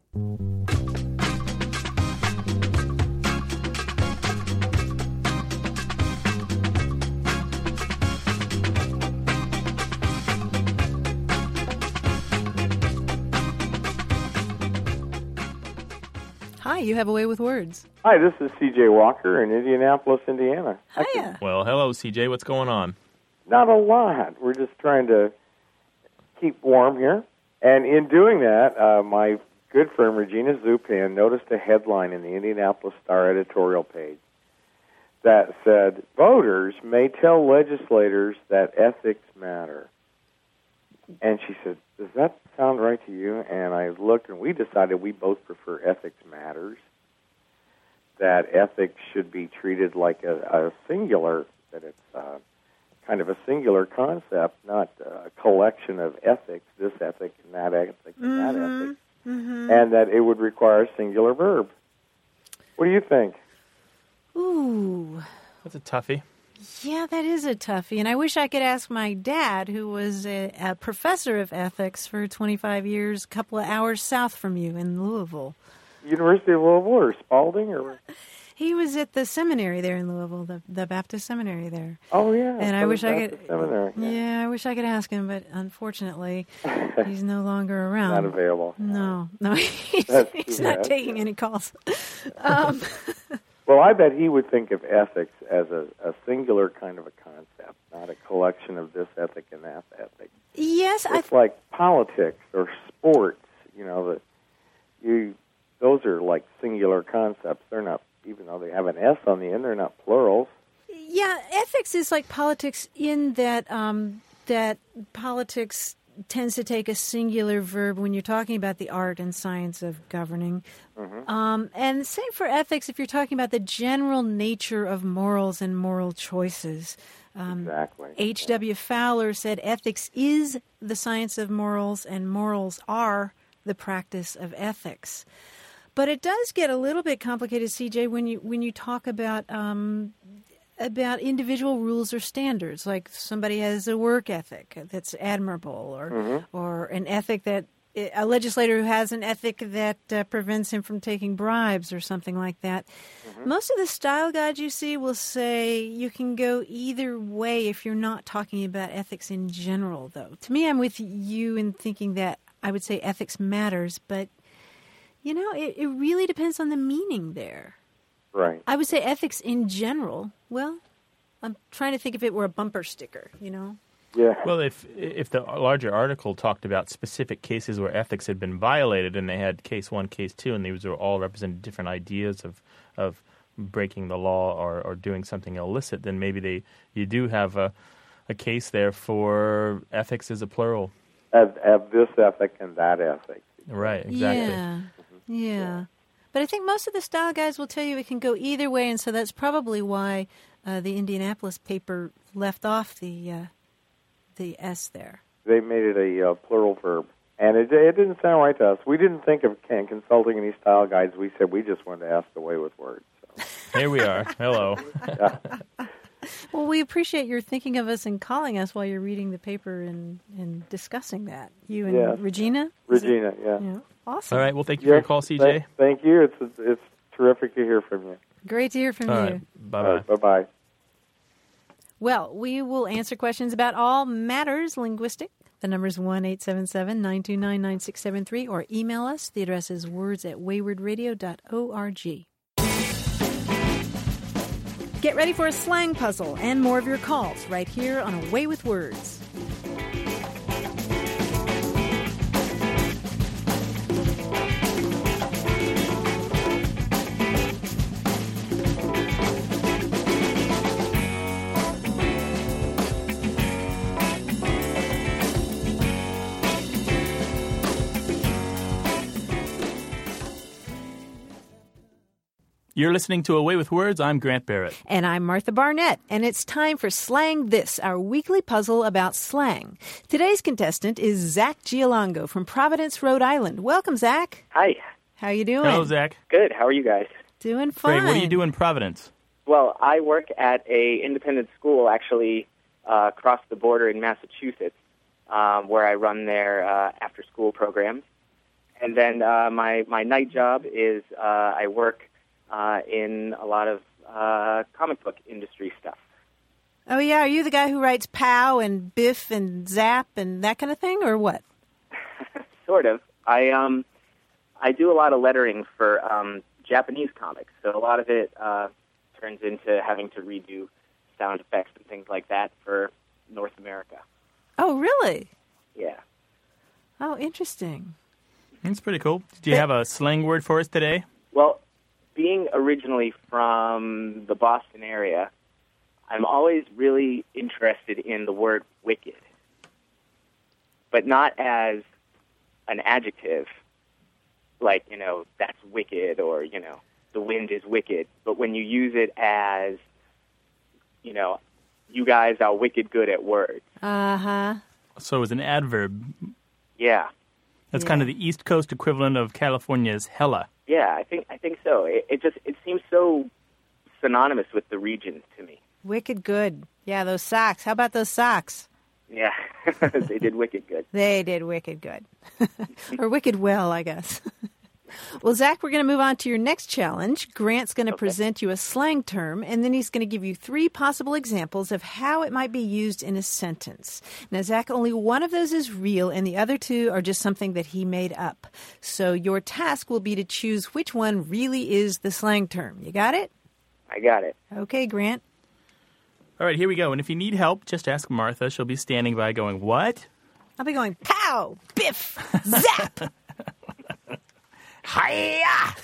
Speaker 3: Hi, you have a way with words.
Speaker 9: Hi, this is C.J. Walker in Indianapolis, Indiana.
Speaker 3: Hiya.
Speaker 2: Well, hello, CJ. What's going on?
Speaker 9: Not a lot. We're just trying to keep warm here. And in doing that, uh, my good friend Regina Zupan noticed a headline in the Indianapolis Star editorial page that said, Voters may tell legislators that ethics matter. And she said, Does that sound right to you? And I looked and we decided we both prefer ethics matters, that ethics should be treated like a, a singular, that it's. Uh, kind of a singular concept, not uh, a collection of ethics, this ethic and that ethic and that ethic,
Speaker 3: Mm-hmm.
Speaker 9: and that it would require a singular verb. What do you think?
Speaker 3: Ooh.
Speaker 2: That's a toughie.
Speaker 3: Yeah, that is a toughie. And I wish I could ask my dad, who was a, a professor of ethics for 25 years, a couple of hours south from you in Louisville.
Speaker 9: University of Louisville or Spalding or
Speaker 3: He was at the seminary there in Louisville, the, the Baptist seminary there.
Speaker 9: oh yeah,
Speaker 3: And I
Speaker 9: Southern
Speaker 3: wish I
Speaker 9: Baptist
Speaker 3: could-
Speaker 9: Seminary.
Speaker 3: Yeah, I wish I could ask him, but unfortunately, he's no longer around.
Speaker 9: not available.
Speaker 3: No, no, he's,
Speaker 9: That's too
Speaker 3: he's not
Speaker 9: bad,
Speaker 3: taking any calls. Um,
Speaker 9: Well, I bet he would think of ethics as a, a singular kind of a concept, not a collection of this ethic and that ethic.
Speaker 3: Yes, I
Speaker 9: it's like politics or sports. You know that you those are like singular concepts. They're not, even though they have an S on the end, they're not plurals.
Speaker 3: Yeah, ethics Politics is like politics in that um, that politics tends to take a singular verb when you're talking about the art and science of governing, um, and same for ethics if you're talking about the general nature of morals and moral choices.
Speaker 9: exactly.
Speaker 3: H.W. Fowler said ethics is the science of morals, and morals are the practice of ethics. But it does get a little bit complicated, CJ, when you when you talk about um, about individual rules or standards. Like somebody has a work ethic that's admirable, or or an ethic that a legislator who has an ethic that uh, prevents him from taking bribes or something like that. Most of the style guides you see will say you can go either way if you're not talking about ethics in general, though. To me, I'm with you in thinking that I would say ethics matters, but you know, it, it really depends on the meaning there.
Speaker 9: Right.
Speaker 3: I would say ethics in general. Well, I'm trying to think if it were a bumper sticker, you know?
Speaker 9: Yeah.
Speaker 2: Well, if if the larger article talked about specific cases where ethics had been violated, and they had case one, case two, and these were all represented different ideas of of breaking the law or, or doing something illicit, then maybe they you do have a a case there for ethics as a plural.
Speaker 9: Of, of this ethic and that ethic.
Speaker 2: Right. Exactly.
Speaker 3: Yeah. Yeah. But I think most of the style guys will tell you it can go either way, and so that's probably why uh, the Indianapolis paper left off the uh, the S there.
Speaker 9: They made it a uh, plural verb. And it, it didn't sound right to us. We didn't think of can, consulting any style guides. We said we just wanted to ask the way with words. So.
Speaker 2: Here we are. Hello.
Speaker 3: Well, we appreciate your thinking of us and calling us while you're reading the paper and, and discussing that. You and
Speaker 9: Yes.
Speaker 3: Regina? Is it-
Speaker 9: Regina, yeah.
Speaker 3: Yeah. Awesome.
Speaker 2: all right. Well, thank you for
Speaker 9: Yeah,
Speaker 2: your call, CJ.
Speaker 9: Thank, thank you. It's, it's terrific to hear from you.
Speaker 3: Great to hear from
Speaker 2: All
Speaker 3: you.
Speaker 2: right. Bye bye.
Speaker 9: bye bye.
Speaker 3: Well, we will answer questions about all matters linguistic. The number is 1 877 929 9673 or email us. The address is words at waywardradio.org. Get ready for a slang puzzle and more of your calls right here on Away with Words.
Speaker 2: You're listening to Away with Words. I'm Grant Barrett.
Speaker 3: And I'm Martha Barnett, and it's time for Slang This, our weekly puzzle about slang. Today's contestant is Zach Giolongo from Providence, Rhode Island. Welcome, Zach.
Speaker 10: Hi.
Speaker 3: How you doing?
Speaker 2: Hello, Zach.
Speaker 10: Good. How are you guys?
Speaker 3: Doing fine.
Speaker 2: Great. What do you do in Providence?
Speaker 10: Well, I work at a independent school actually uh, across the border in Massachusetts, um, where I run their uh, after school programs. And then uh, my my night job is uh, I work uh, in a lot of uh, comic book industry stuff.
Speaker 3: Oh yeah, are you the guy who writes pow and biff and zap and that kind of thing, or what?
Speaker 10: Sort of. I um I do a lot of lettering for um, Japanese comics, so a lot of it uh, turns into having to redo sound effects and things like that for North America.
Speaker 3: Oh really?
Speaker 10: Yeah.
Speaker 3: Oh, interesting.
Speaker 2: That's pretty cool. Do you have a slang word for us today?
Speaker 10: Well, being originally from the Boston area, I'm always really interested in the word wicked, but not as an adjective, like, you know, that's wicked or, you know, the wind is wicked, but when you use it as, you know, you guys are wicked good at words.
Speaker 3: Uh huh.
Speaker 2: So it's an adverb.
Speaker 10: Yeah.
Speaker 2: That's kind of the East Coast equivalent of California's hella.
Speaker 10: Yeah, I think I think so. It, it just it seems so synonymous with the region to me.
Speaker 3: Wicked good. Yeah, those socks. How about those socks?
Speaker 10: Yeah, they did wicked good.
Speaker 3: They did wicked good, or wicked well, I guess. well, Zach, we're going to move on to your next challenge. Grant's going to present you a slang term, and then he's going to give you three possible examples of how it might be used in a sentence. Now, Zach, only one of those is real, and the other two are just something that he made up. So your task will be to choose which one really is the slang term. You got it?
Speaker 10: I got it.
Speaker 3: Okay, Grant.
Speaker 2: All right, here we go. And if you need help, just ask Martha. She'll be standing by going, What?
Speaker 3: I'll be going pow, biff, zap.
Speaker 2: Hiya!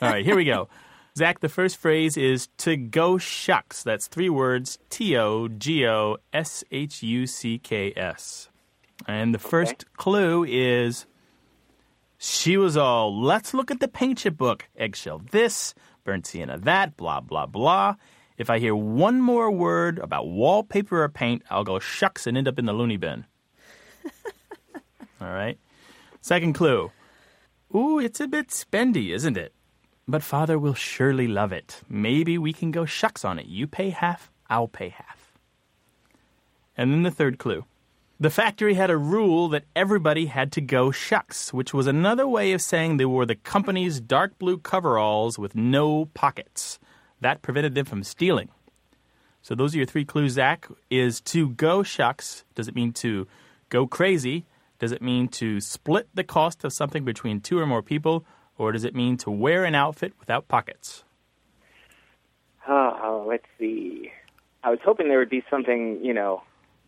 Speaker 2: All right, here we go. Zach, the first phrase is to go shucks. That's three words T O G O S H U C K S. And the first clue is she was all, let's look at the paint chip book. Eggshell this, burnt sienna that, blah, blah, blah. If I hear one more word about wallpaper or paint, I'll go shucks and end up in the loony bin. all right. Second clue. Ooh, it's a bit spendy, isn't it? But father will surely love it. Maybe we can go shucks on it. You pay half, I'll pay half. And then the third clue. The factory had a rule that everybody had to go shucks, which was another way of saying they wore the company's dark blue coveralls with no pockets. That prevented them from stealing. So those are your three clues, Zach. Is to go shucks, does it mean to go crazy? Does it mean to split the cost of something between two or more people? Or does it mean to wear an outfit without pockets?
Speaker 10: Oh, let's see. I was hoping there would be something, you know,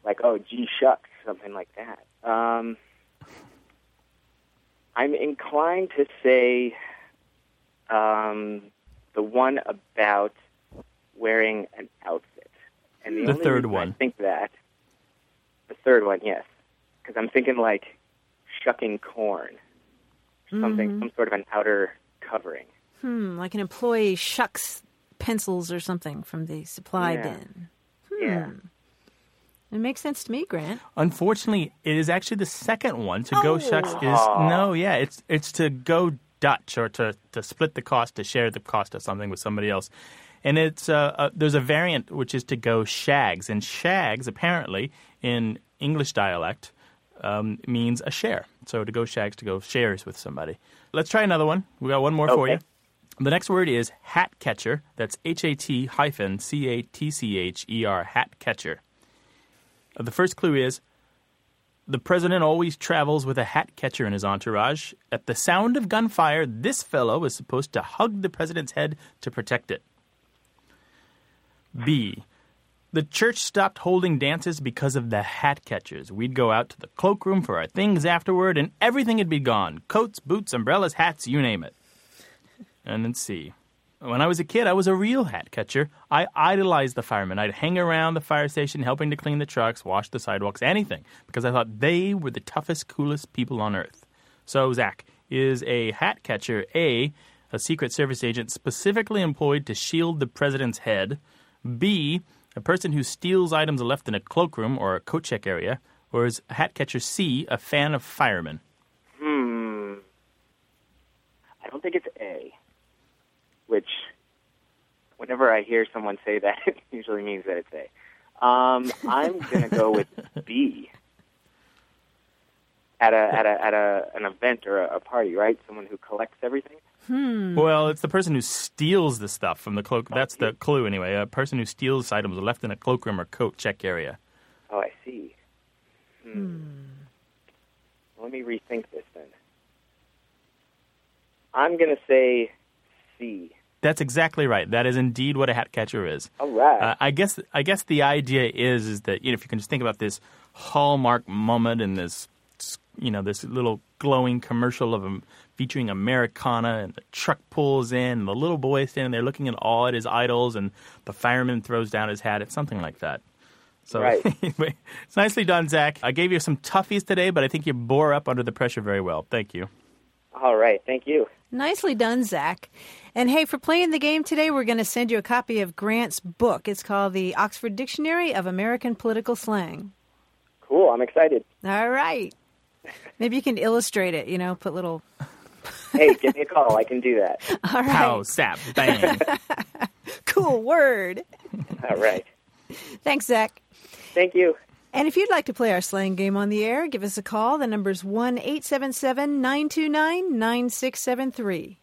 Speaker 10: like oh, gee shucks, something like that. Um, I'm inclined to say um, the one about wearing an outfit, and the,
Speaker 2: The
Speaker 10: only
Speaker 2: third
Speaker 10: reason
Speaker 2: one.
Speaker 10: I think that the third one, yes, because I'm thinking like shucking corn, something,
Speaker 3: Mm-hmm.
Speaker 10: some sort of an outer covering.
Speaker 3: Hmm, like an employee shucks pencils or something from the supply
Speaker 10: Yeah.
Speaker 3: bin. Hmm.
Speaker 10: Yeah.
Speaker 3: It makes sense to me, Grant.
Speaker 2: Unfortunately, it is actually the second one. To go
Speaker 3: Oh.
Speaker 2: shucks is no, yeah, it's it's to go Dutch or to to split the cost, to share the cost of something with somebody else. And it's uh, uh, there's a variant which is to go shags, and shags apparently in English dialect um, means a share. So to go shags, to go shares with somebody. Let's try another one. We got one more for
Speaker 10: Okay.
Speaker 2: you. The next word is hat catcher. That's H A T hyphen C A T C H E R hat catcher. Uh, The first clue is the president always travels with a hat catcher in his entourage. At the sound of gunfire, this fellow is supposed to hug the president's head to protect it. B. The church stopped holding dances because of the hat catchers. We'd go out to the cloakroom for our things afterward, and everything had be gone coats, boots, umbrellas, hats, you name it. And then C. When I was a kid, I was a real hat catcher. I idolized the firemen. I'd hang around the fire station helping to clean the trucks, wash the sidewalks, anything, because I thought they were the toughest, coolest people on earth. So, Zach, is a hat catcher A, a Secret Service agent specifically employed to shield the president's head? B, a person who steals items left in a cloakroom or a coat check area? Or is hat catcher C, a fan of firemen?
Speaker 10: Hmm. I don't think it's A, which, whenever I hear someone say that, it usually means that it's A. Um, I'm gonna go with B. At a at a at a an event or a, a party, right? Someone who collects everything.
Speaker 2: Well, it's the person who steals the stuff from the cloak. That's the clue, anyway. A person who steals items left in a cloakroom or coat check area.
Speaker 10: Oh, I see. Hmm. Let me rethink this then. I'm gonna say C.
Speaker 2: That's exactly right. That is indeed what a hat catcher is.
Speaker 10: All right.
Speaker 2: Uh, I guess I guess the idea is is that you know if you can just think about this hallmark moment and this you know this little glowing commercial of him featuring Americana and the truck pulls in and the little boy is standing there looking in awe at his idols and the fireman throws down his hat. It's something like that. So
Speaker 10: Right.
Speaker 2: anyway, it's nicely done, Zach. I gave you some toughies today, but I think you bore up under the pressure very well. Thank you.
Speaker 10: All right. Thank you.
Speaker 3: Nicely done, Zach. And hey, for playing the game today, we're going to send you a copy of Grant's book. It's called The Oxford Dictionary of American Political Slang.
Speaker 10: Cool. I'm excited.
Speaker 3: All right. Maybe you can illustrate it, you know, put little.
Speaker 10: Hey, give me a call. I can do that.
Speaker 3: All right.
Speaker 2: Pow, sap, bang.
Speaker 3: Cool word.
Speaker 10: All right.
Speaker 3: Thanks, Zach.
Speaker 10: Thank you.
Speaker 3: And if you'd like to play our slang game on the air, give us a call. The number's 1 877 929 9673.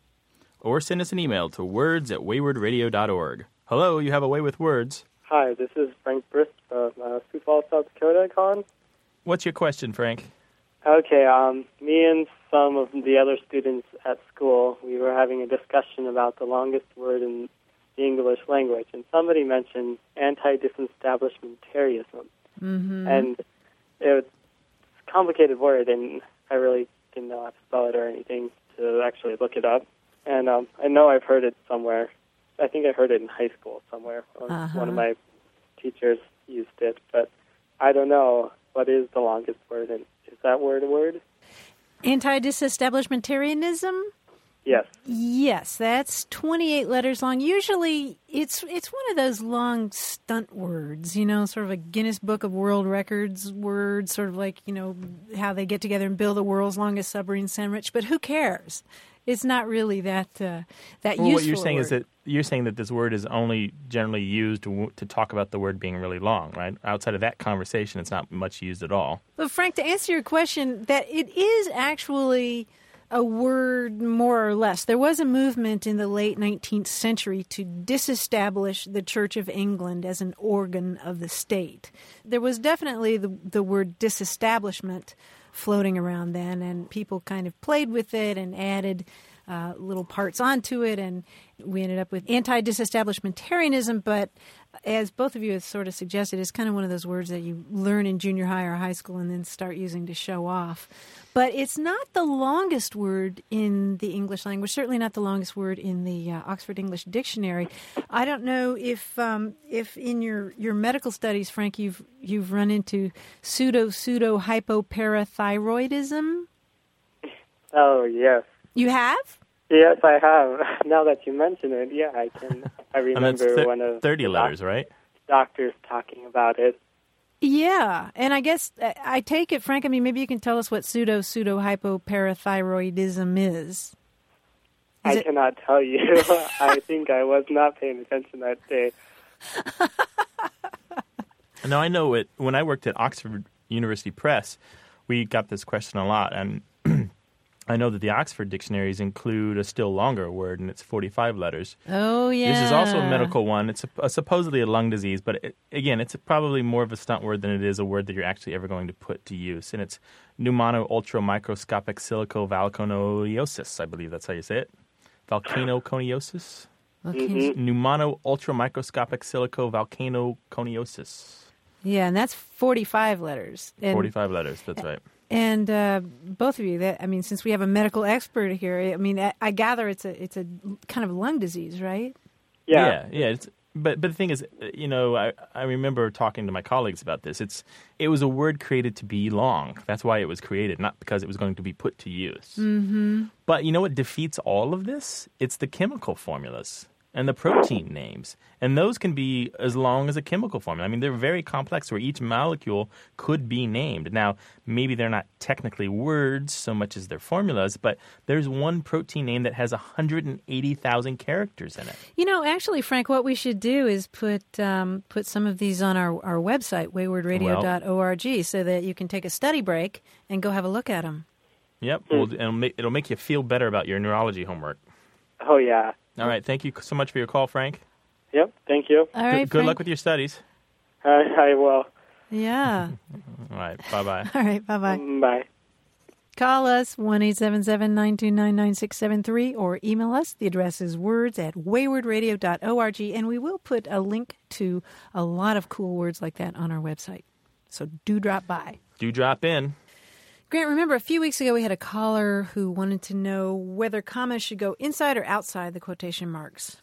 Speaker 2: or send us an email to words at waywardradio.org. Hello, you have a way with words.
Speaker 11: Hi, this is Frank Brist from uh, Sioux Falls, South Dakota. Con.
Speaker 2: What's your question, Frank?
Speaker 11: Okay, um, me and some of the other students at school, we were having a discussion about the longest word in the English language, and somebody mentioned anti-disestablishmentarianism,
Speaker 3: Mm.
Speaker 11: mm-hmm. and it's a complicated word, and I really didn't know how to spell it or anything to actually look it up. And um, I know I've heard it somewhere, I think I heard it in high school somewhere. One-
Speaker 3: Uh-huh.
Speaker 11: One of my teachers used it, but I don't know what is the longest word. And is that word a word?
Speaker 3: Anti disestablishmentarianism?
Speaker 11: Yes.
Speaker 3: Yes, that's 28 letters long. Usually it's it's one of those long stunt words, you know, sort of a Guinness Book of World Records word, sort of like, you know, how they get together and build the world's longest submarine sandwich, but who cares? It's not really that uh, that
Speaker 2: Well,
Speaker 3: useful.
Speaker 2: what you're saying is
Speaker 3: word.
Speaker 2: that you're saying that this word is only generally used to, w- to talk about the word being really long, right? Outside of that conversation, it's not much used at all.
Speaker 3: But Frank, to answer your question, that it is actually a word more or less. There was a movement in the late 19th century to disestablish the Church of England as an organ of the state. There was definitely the, the word disestablishment floating around then, and people kind of played with it and added uh, little parts onto it, and we ended up with anti disestablishmentarianism. But as both of you have sort of suggested, it's kind of one of those words that you learn in junior high or high school and then start using to show off. But it's not the longest word in the English language, certainly not the longest word in the uh, Oxford English Dictionary. I don't know if um, if in your, your medical studies, Frank, you've you've run into pseudo pseudo hypoparathyroidism.
Speaker 11: Oh yes,
Speaker 3: You have?
Speaker 11: yes I have. Now that you mention it, yeah, I can. I remember
Speaker 2: and that's thir-
Speaker 11: one of
Speaker 2: 30 letters, right?
Speaker 11: doctors talking about it.
Speaker 3: Yeah, and I guess uh, I take it, Frank. I mean, maybe you can tell us what pseudo pseudo hypoparathyroidism is.
Speaker 11: I cannot tell you. I think I was not paying attention that day.
Speaker 2: Now I know it. When I worked at Oxford University Press, we got this question a lot, and I know that the Oxford dictionaries include a still longer word, and it's forty-five letters.
Speaker 3: Oh yeah,
Speaker 2: This is also a medical one. It's a, a supposedly a lung disease, but it, again, it's probably more of a stunt word than it is a word that you're actually ever going to put to use. And it's pneumono ultramicroscopic silicovalconiosis. I believe that's how you say it. Volcanoconiosis.
Speaker 3: Okay.
Speaker 2: Pneumono ultramicroscopic silicovalcanoconiosis.
Speaker 3: Yeah, and that's forty-five letters. And,
Speaker 2: 45 letters, that's right.
Speaker 3: And uh, both of you, that I mean, since we have a medical expert here, I mean, I, I gather it's a it's a kind of lung disease, right?
Speaker 2: yeah, yeah, It's, but but the thing is, uh, you know, I I remember talking to my colleagues about this. It's it was a word created to be long. That's why it was created, not because it was going to be put to use.
Speaker 3: Mm-hmm.
Speaker 2: But you know what defeats all of this? It's the chemical formulas and the protein names. And those can be as long as a chemical formula. I mean, they're very complex where each molecule could be named. Now, maybe they're not technically words so much as they're formulas, but there's one protein name that has 180,000 characters in it.
Speaker 3: You know, actually, Frank, what we should do is put um, put some of these on our, our website, waywardradio.org, so that you can take a study break and go have a look at them.
Speaker 2: Yep. Well, it'll, make, it'll make you feel better about your neurology homework.
Speaker 11: Oh yeah.
Speaker 2: All right. Thank you so much for your call, Frank.
Speaker 11: Yep. Thank you.
Speaker 3: All
Speaker 2: Good-
Speaker 3: right,
Speaker 2: good
Speaker 3: Frank.
Speaker 2: luck with your studies.
Speaker 11: I, I will.
Speaker 3: Yeah.
Speaker 2: All right. Bye bye.
Speaker 3: All right. Bye bye.
Speaker 11: Bye.
Speaker 3: Call us one eight seven seven nine two nine nine six seven three or email us. The address is words at waywardradio.org, and we will put a link to a lot of cool words like that on our website. So do drop by.
Speaker 2: Do drop in.
Speaker 3: Grant, remember a few weeks ago we had a caller who wanted to know whether commas should go inside or outside the quotation marks.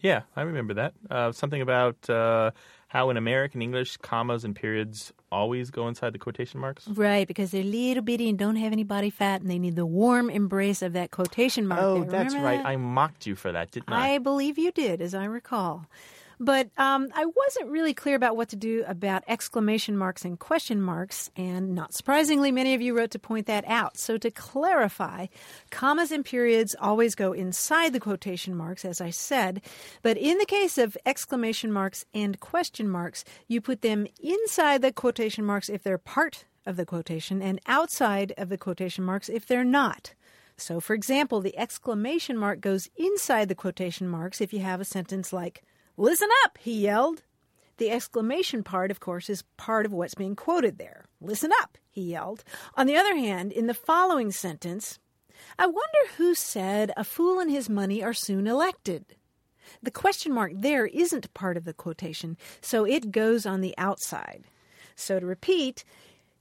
Speaker 2: Yeah, I remember that. Uh, something about uh, how in American English, commas and periods always go inside the quotation marks.
Speaker 3: Right, because they're little bitty and don't have any body fat and they need the warm embrace of that quotation mark.
Speaker 2: Oh,
Speaker 3: there.
Speaker 2: that's
Speaker 3: Remember
Speaker 2: right.
Speaker 3: that?
Speaker 2: I mocked you for that, didn't I?
Speaker 3: I believe you did, as I recall. But um, I wasn't really clear about what to do about exclamation marks and question marks, and not surprisingly, many of you wrote to point that out. So, to clarify, commas and periods always go inside the quotation marks, as I said, but in the case of exclamation marks and question marks, you put them inside the quotation marks if they're part of the quotation and outside of the quotation marks if they're not. So, for example, the exclamation mark goes inside the quotation marks if you have a sentence like, Listen up, he yelled. The exclamation part, of course, is part of what's being quoted there. Listen up, he yelled. On the other hand, in the following sentence, I wonder who said a fool and his money are soon elected. The question mark there isn't part of the quotation, so it goes on the outside. So to repeat,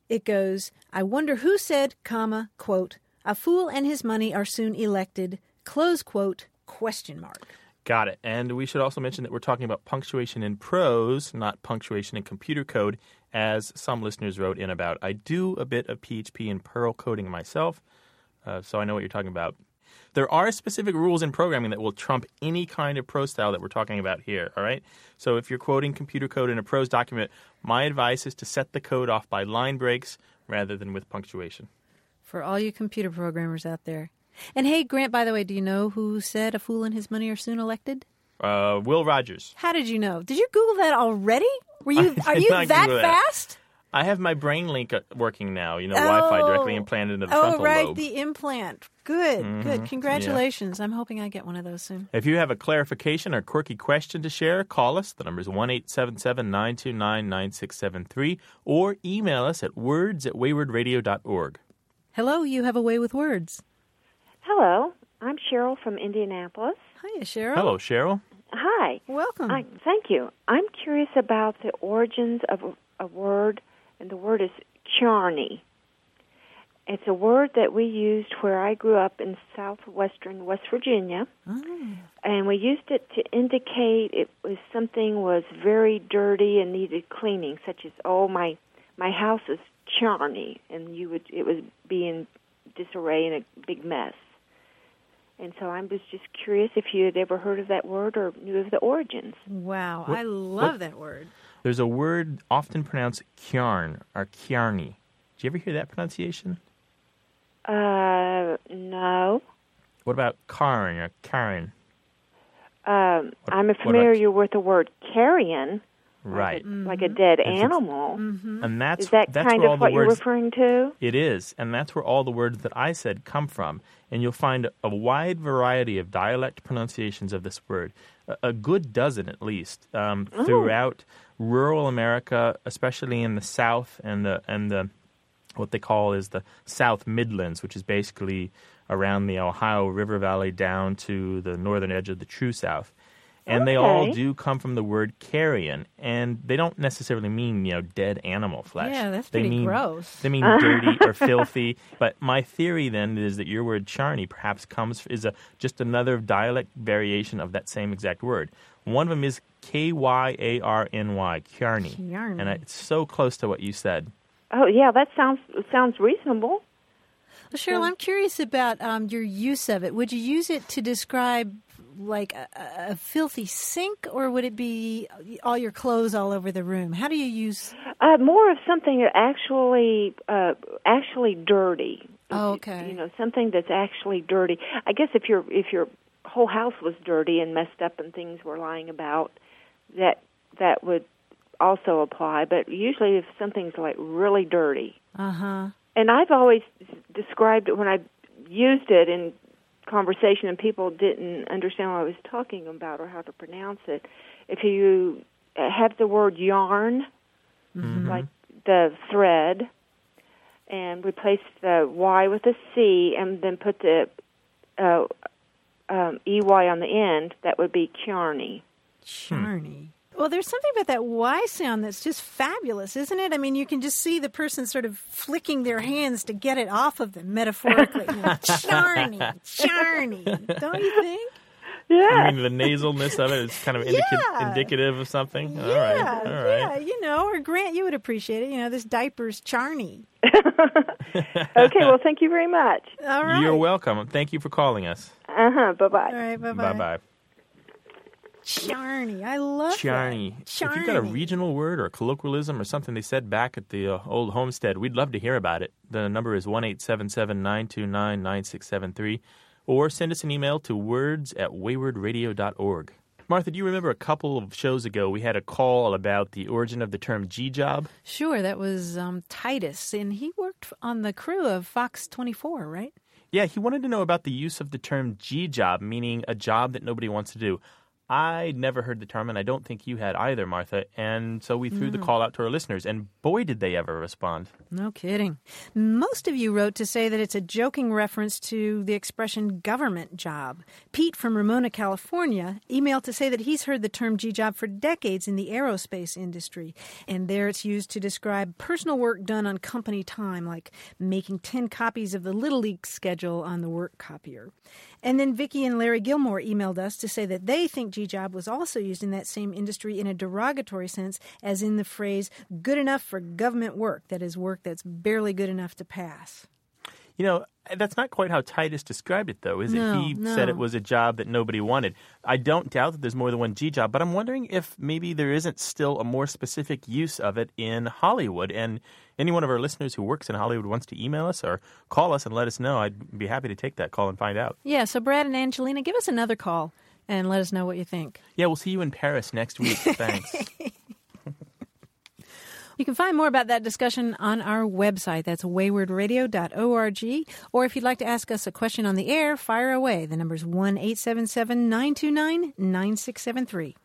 Speaker 3: it goes, I wonder who said, comma, quote, a fool and his money are soon elected, close quote, question mark.
Speaker 2: Got it. And we should also mention that we're talking about punctuation in prose, not punctuation in computer code, as some listeners wrote in about. I do a bit of PHP and Perl coding myself, uh, so I know what you're talking about. There are specific rules in programming that will trump any kind of prose style that we're talking about here, all right? So if you're quoting computer code in a prose document, my advice is to set the code off by line breaks rather than with punctuation.
Speaker 3: for all you computer programmers out there. And hey, Grant, by the way, do you know who said a fool and his money are soon elected?
Speaker 2: Uh, Will Rogers.
Speaker 3: How did you know? Did you Google that already? Were you
Speaker 2: I
Speaker 3: are
Speaker 2: did
Speaker 3: you
Speaker 2: not
Speaker 3: that,
Speaker 2: Google that.
Speaker 3: fast?
Speaker 2: I have my brain link uh, working now, you know,
Speaker 3: Oh.
Speaker 2: Wi-Fi directly implanted into the
Speaker 3: Oh,
Speaker 2: frontal
Speaker 3: right,
Speaker 2: lobe.
Speaker 3: the implant. Good,
Speaker 2: Mhm,
Speaker 3: good.
Speaker 2: yeah.
Speaker 3: Congratulations. I'm hoping I get one of those soon.
Speaker 2: If you have a clarification or quirky question to share, call us. The number is 1 877 929 9673 or email us at words at waywardradio.org.
Speaker 3: Hello, you have a way with words.
Speaker 12: Hello, I'm Cheryl from Indianapolis.
Speaker 3: Hiya, Cheryl.
Speaker 2: Hello, Cheryl.
Speaker 12: Hi.
Speaker 3: Welcome.
Speaker 12: I, thank you. I'm curious about the origins of a, a word, and the word is charney. It's a word that we used where I grew up in southwestern West Virginia,
Speaker 3: Oh.
Speaker 12: and we used it to indicate it was something was very dirty and needed cleaning, such as oh my my house is charney, and you would it would be in disarray and a big mess. And so I was just curious if you had ever heard of that word or knew of the origins.
Speaker 3: Wow,
Speaker 2: What-
Speaker 3: I love
Speaker 2: what-
Speaker 3: that word.
Speaker 2: There's a word often pronounced kjarn or kjarni. Did you ever hear that pronunciation?
Speaker 12: Uh, no.
Speaker 2: What about karn or karen?
Speaker 12: Um, I'm
Speaker 2: about-
Speaker 12: familiar with the word carrion,
Speaker 2: Right.
Speaker 3: mm-hmm.
Speaker 12: like a dead
Speaker 2: It's-
Speaker 12: animal.
Speaker 2: And that's
Speaker 12: Is that
Speaker 2: that's
Speaker 12: kind
Speaker 2: where all
Speaker 12: of what
Speaker 2: the
Speaker 12: you're
Speaker 2: words
Speaker 12: referring to?
Speaker 2: It is, and that's where all the words that I said come from. And you'll find a wide variety of dialect pronunciations of this word, a, a good dozen at least, um,
Speaker 12: Oh.
Speaker 2: throughout rural America, especially in the South and the and the what they call is the South Midlands, which is basically around the Ohio River Valley down to the northern edge of the true South. And they all
Speaker 12: Okay.
Speaker 2: do come from the word carrion, and they don't necessarily mean you know dead animal flesh.
Speaker 3: Yeah, that's
Speaker 2: They
Speaker 3: pretty
Speaker 2: mean-
Speaker 3: gross.
Speaker 2: They mean dirty or filthy. But my theory then is that your word charney perhaps comes is a just another dialect variation of that same exact word. One of them is K Y A R N Y, Kyarney.
Speaker 3: Kyarney.
Speaker 2: And I- it's so close to what you said.
Speaker 12: Oh, yeah, that sounds sounds reasonable.
Speaker 3: Well, Cheryl, I'm curious about um, your use of it. Would you use it to describe like a, a- a filthy sink, or would it be all your clothes all over the room? How do you use?
Speaker 12: Uh, more of something that actually uh, actually dirty.
Speaker 3: Oh, okay.
Speaker 12: You know, something that's actually dirty. I guess if your if your whole house was dirty and messed up and things were lying about, that that would also apply. But usually, if something's like really dirty,
Speaker 3: Uh huh.
Speaker 12: and I've always described it when I used it in conversation and people didn't understand what I was talking about or how to pronounce it. If you uh, have the word yarn,
Speaker 2: Mm-hmm.
Speaker 12: like the thread, and replace the Y with a C and then put the uh, um, EY on the end, that would be Kiarney.
Speaker 3: Charney. Well, there's something about that Y sound that's just fabulous, isn't it? I mean, you can just see the person sort of flicking their hands to get it off of them, metaphorically. You know, Charney, Charney. Don't you think?
Speaker 2: I mean, the nasalness of it is kind of indica-
Speaker 3: Yeah.
Speaker 2: indicative of something. all
Speaker 3: Yeah,
Speaker 2: right. All right.
Speaker 3: yeah, you know, or Grant, you would appreciate it. You know, this diaper's Charney.
Speaker 12: Okay, well, thank you very much.
Speaker 3: All right.
Speaker 2: You're welcome. Thank you for calling us.
Speaker 12: Uh huh. Bye bye.
Speaker 3: All right, bye
Speaker 2: Bye bye.
Speaker 3: Charney. I love that.
Speaker 2: Charney. If you've got a
Speaker 3: Charney.
Speaker 2: regional word or colloquialism or something they said back at the uh, old homestead, we'd love to hear about it. The number is 1 877 929 9673 or send us an email to words at waywardradio.org. Martha, do you remember a couple of shows ago we had a call about the origin of the term G job?
Speaker 3: Sure, that was um, Titus, and he worked on the crew of Fox 24, right?
Speaker 2: Yeah, he wanted to know about the use of the term G job, meaning a job that nobody wants to do. I never heard the term, and I don't think you had either, Martha. And so we threw the call out to our listeners, and boy, did they ever respond.
Speaker 3: No kidding. Most of you wrote to say that it's a joking reference to the expression government job. Pete from Ramona, California, emailed to say that he's heard the term G job for decades in the aerospace industry. And there it's used to describe personal work done on company time, like making 10 copies of the Little League schedule on the work copier. And then Vicky and Larry Gilmore emailed us to say that they think G job was also used in that same industry in a derogatory sense, as in the phrase good enough for government work, that is, work that's barely good enough to pass.
Speaker 2: You know, that's not quite how Titus described it, though, is
Speaker 3: No,
Speaker 2: it? He
Speaker 3: no.
Speaker 2: said it was a job that nobody wanted. I don't doubt that there's more than one G job, but I'm wondering if maybe there isn't still a more specific use of it in Hollywood. And any one of our listeners who works in Hollywood wants to email us or call us and let us know. I'd be happy to take that call and find out.
Speaker 3: Yeah, so Brad and Angelina, give us another call and let us know what you think.
Speaker 2: Yeah, we'll see you in Paris next week. Thanks.
Speaker 3: You can find more about that discussion on our website. That's waywardradio.org. Or if you'd like to ask us a question on the air, fire away. The number's 1 877 929 9673.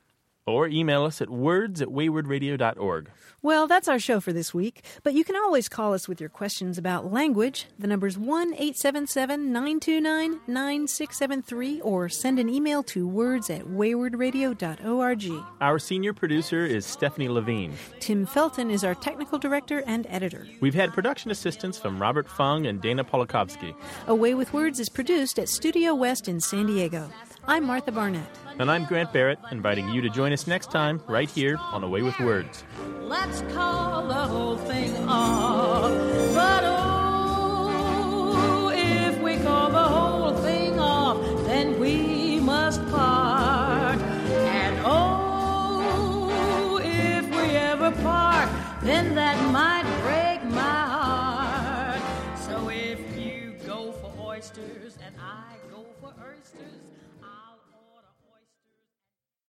Speaker 2: or email us at words at waywardradio.org.
Speaker 3: Well, that's our show for this week, but you can always call us with your questions about language. The number's 1 877 929 9673 or send an email to words at waywardradio.org.
Speaker 2: Our senior producer is Stephanie Levine.
Speaker 3: Tim Felton is our technical director and editor.
Speaker 2: We've had production assistance from Robert Fung and Dana Polakowski.
Speaker 3: Away with Words is produced at Studio West in San Diego. I'm Martha Barnett.
Speaker 2: And I'm Grant Barrett, inviting you to join us next time right here on Away with Words.
Speaker 13: Let's call the whole thing off. But oh, if we call the whole thing off, then we must part. And oh, if we ever part, then that might break my heart. So if you go for oysters and I go for oysters.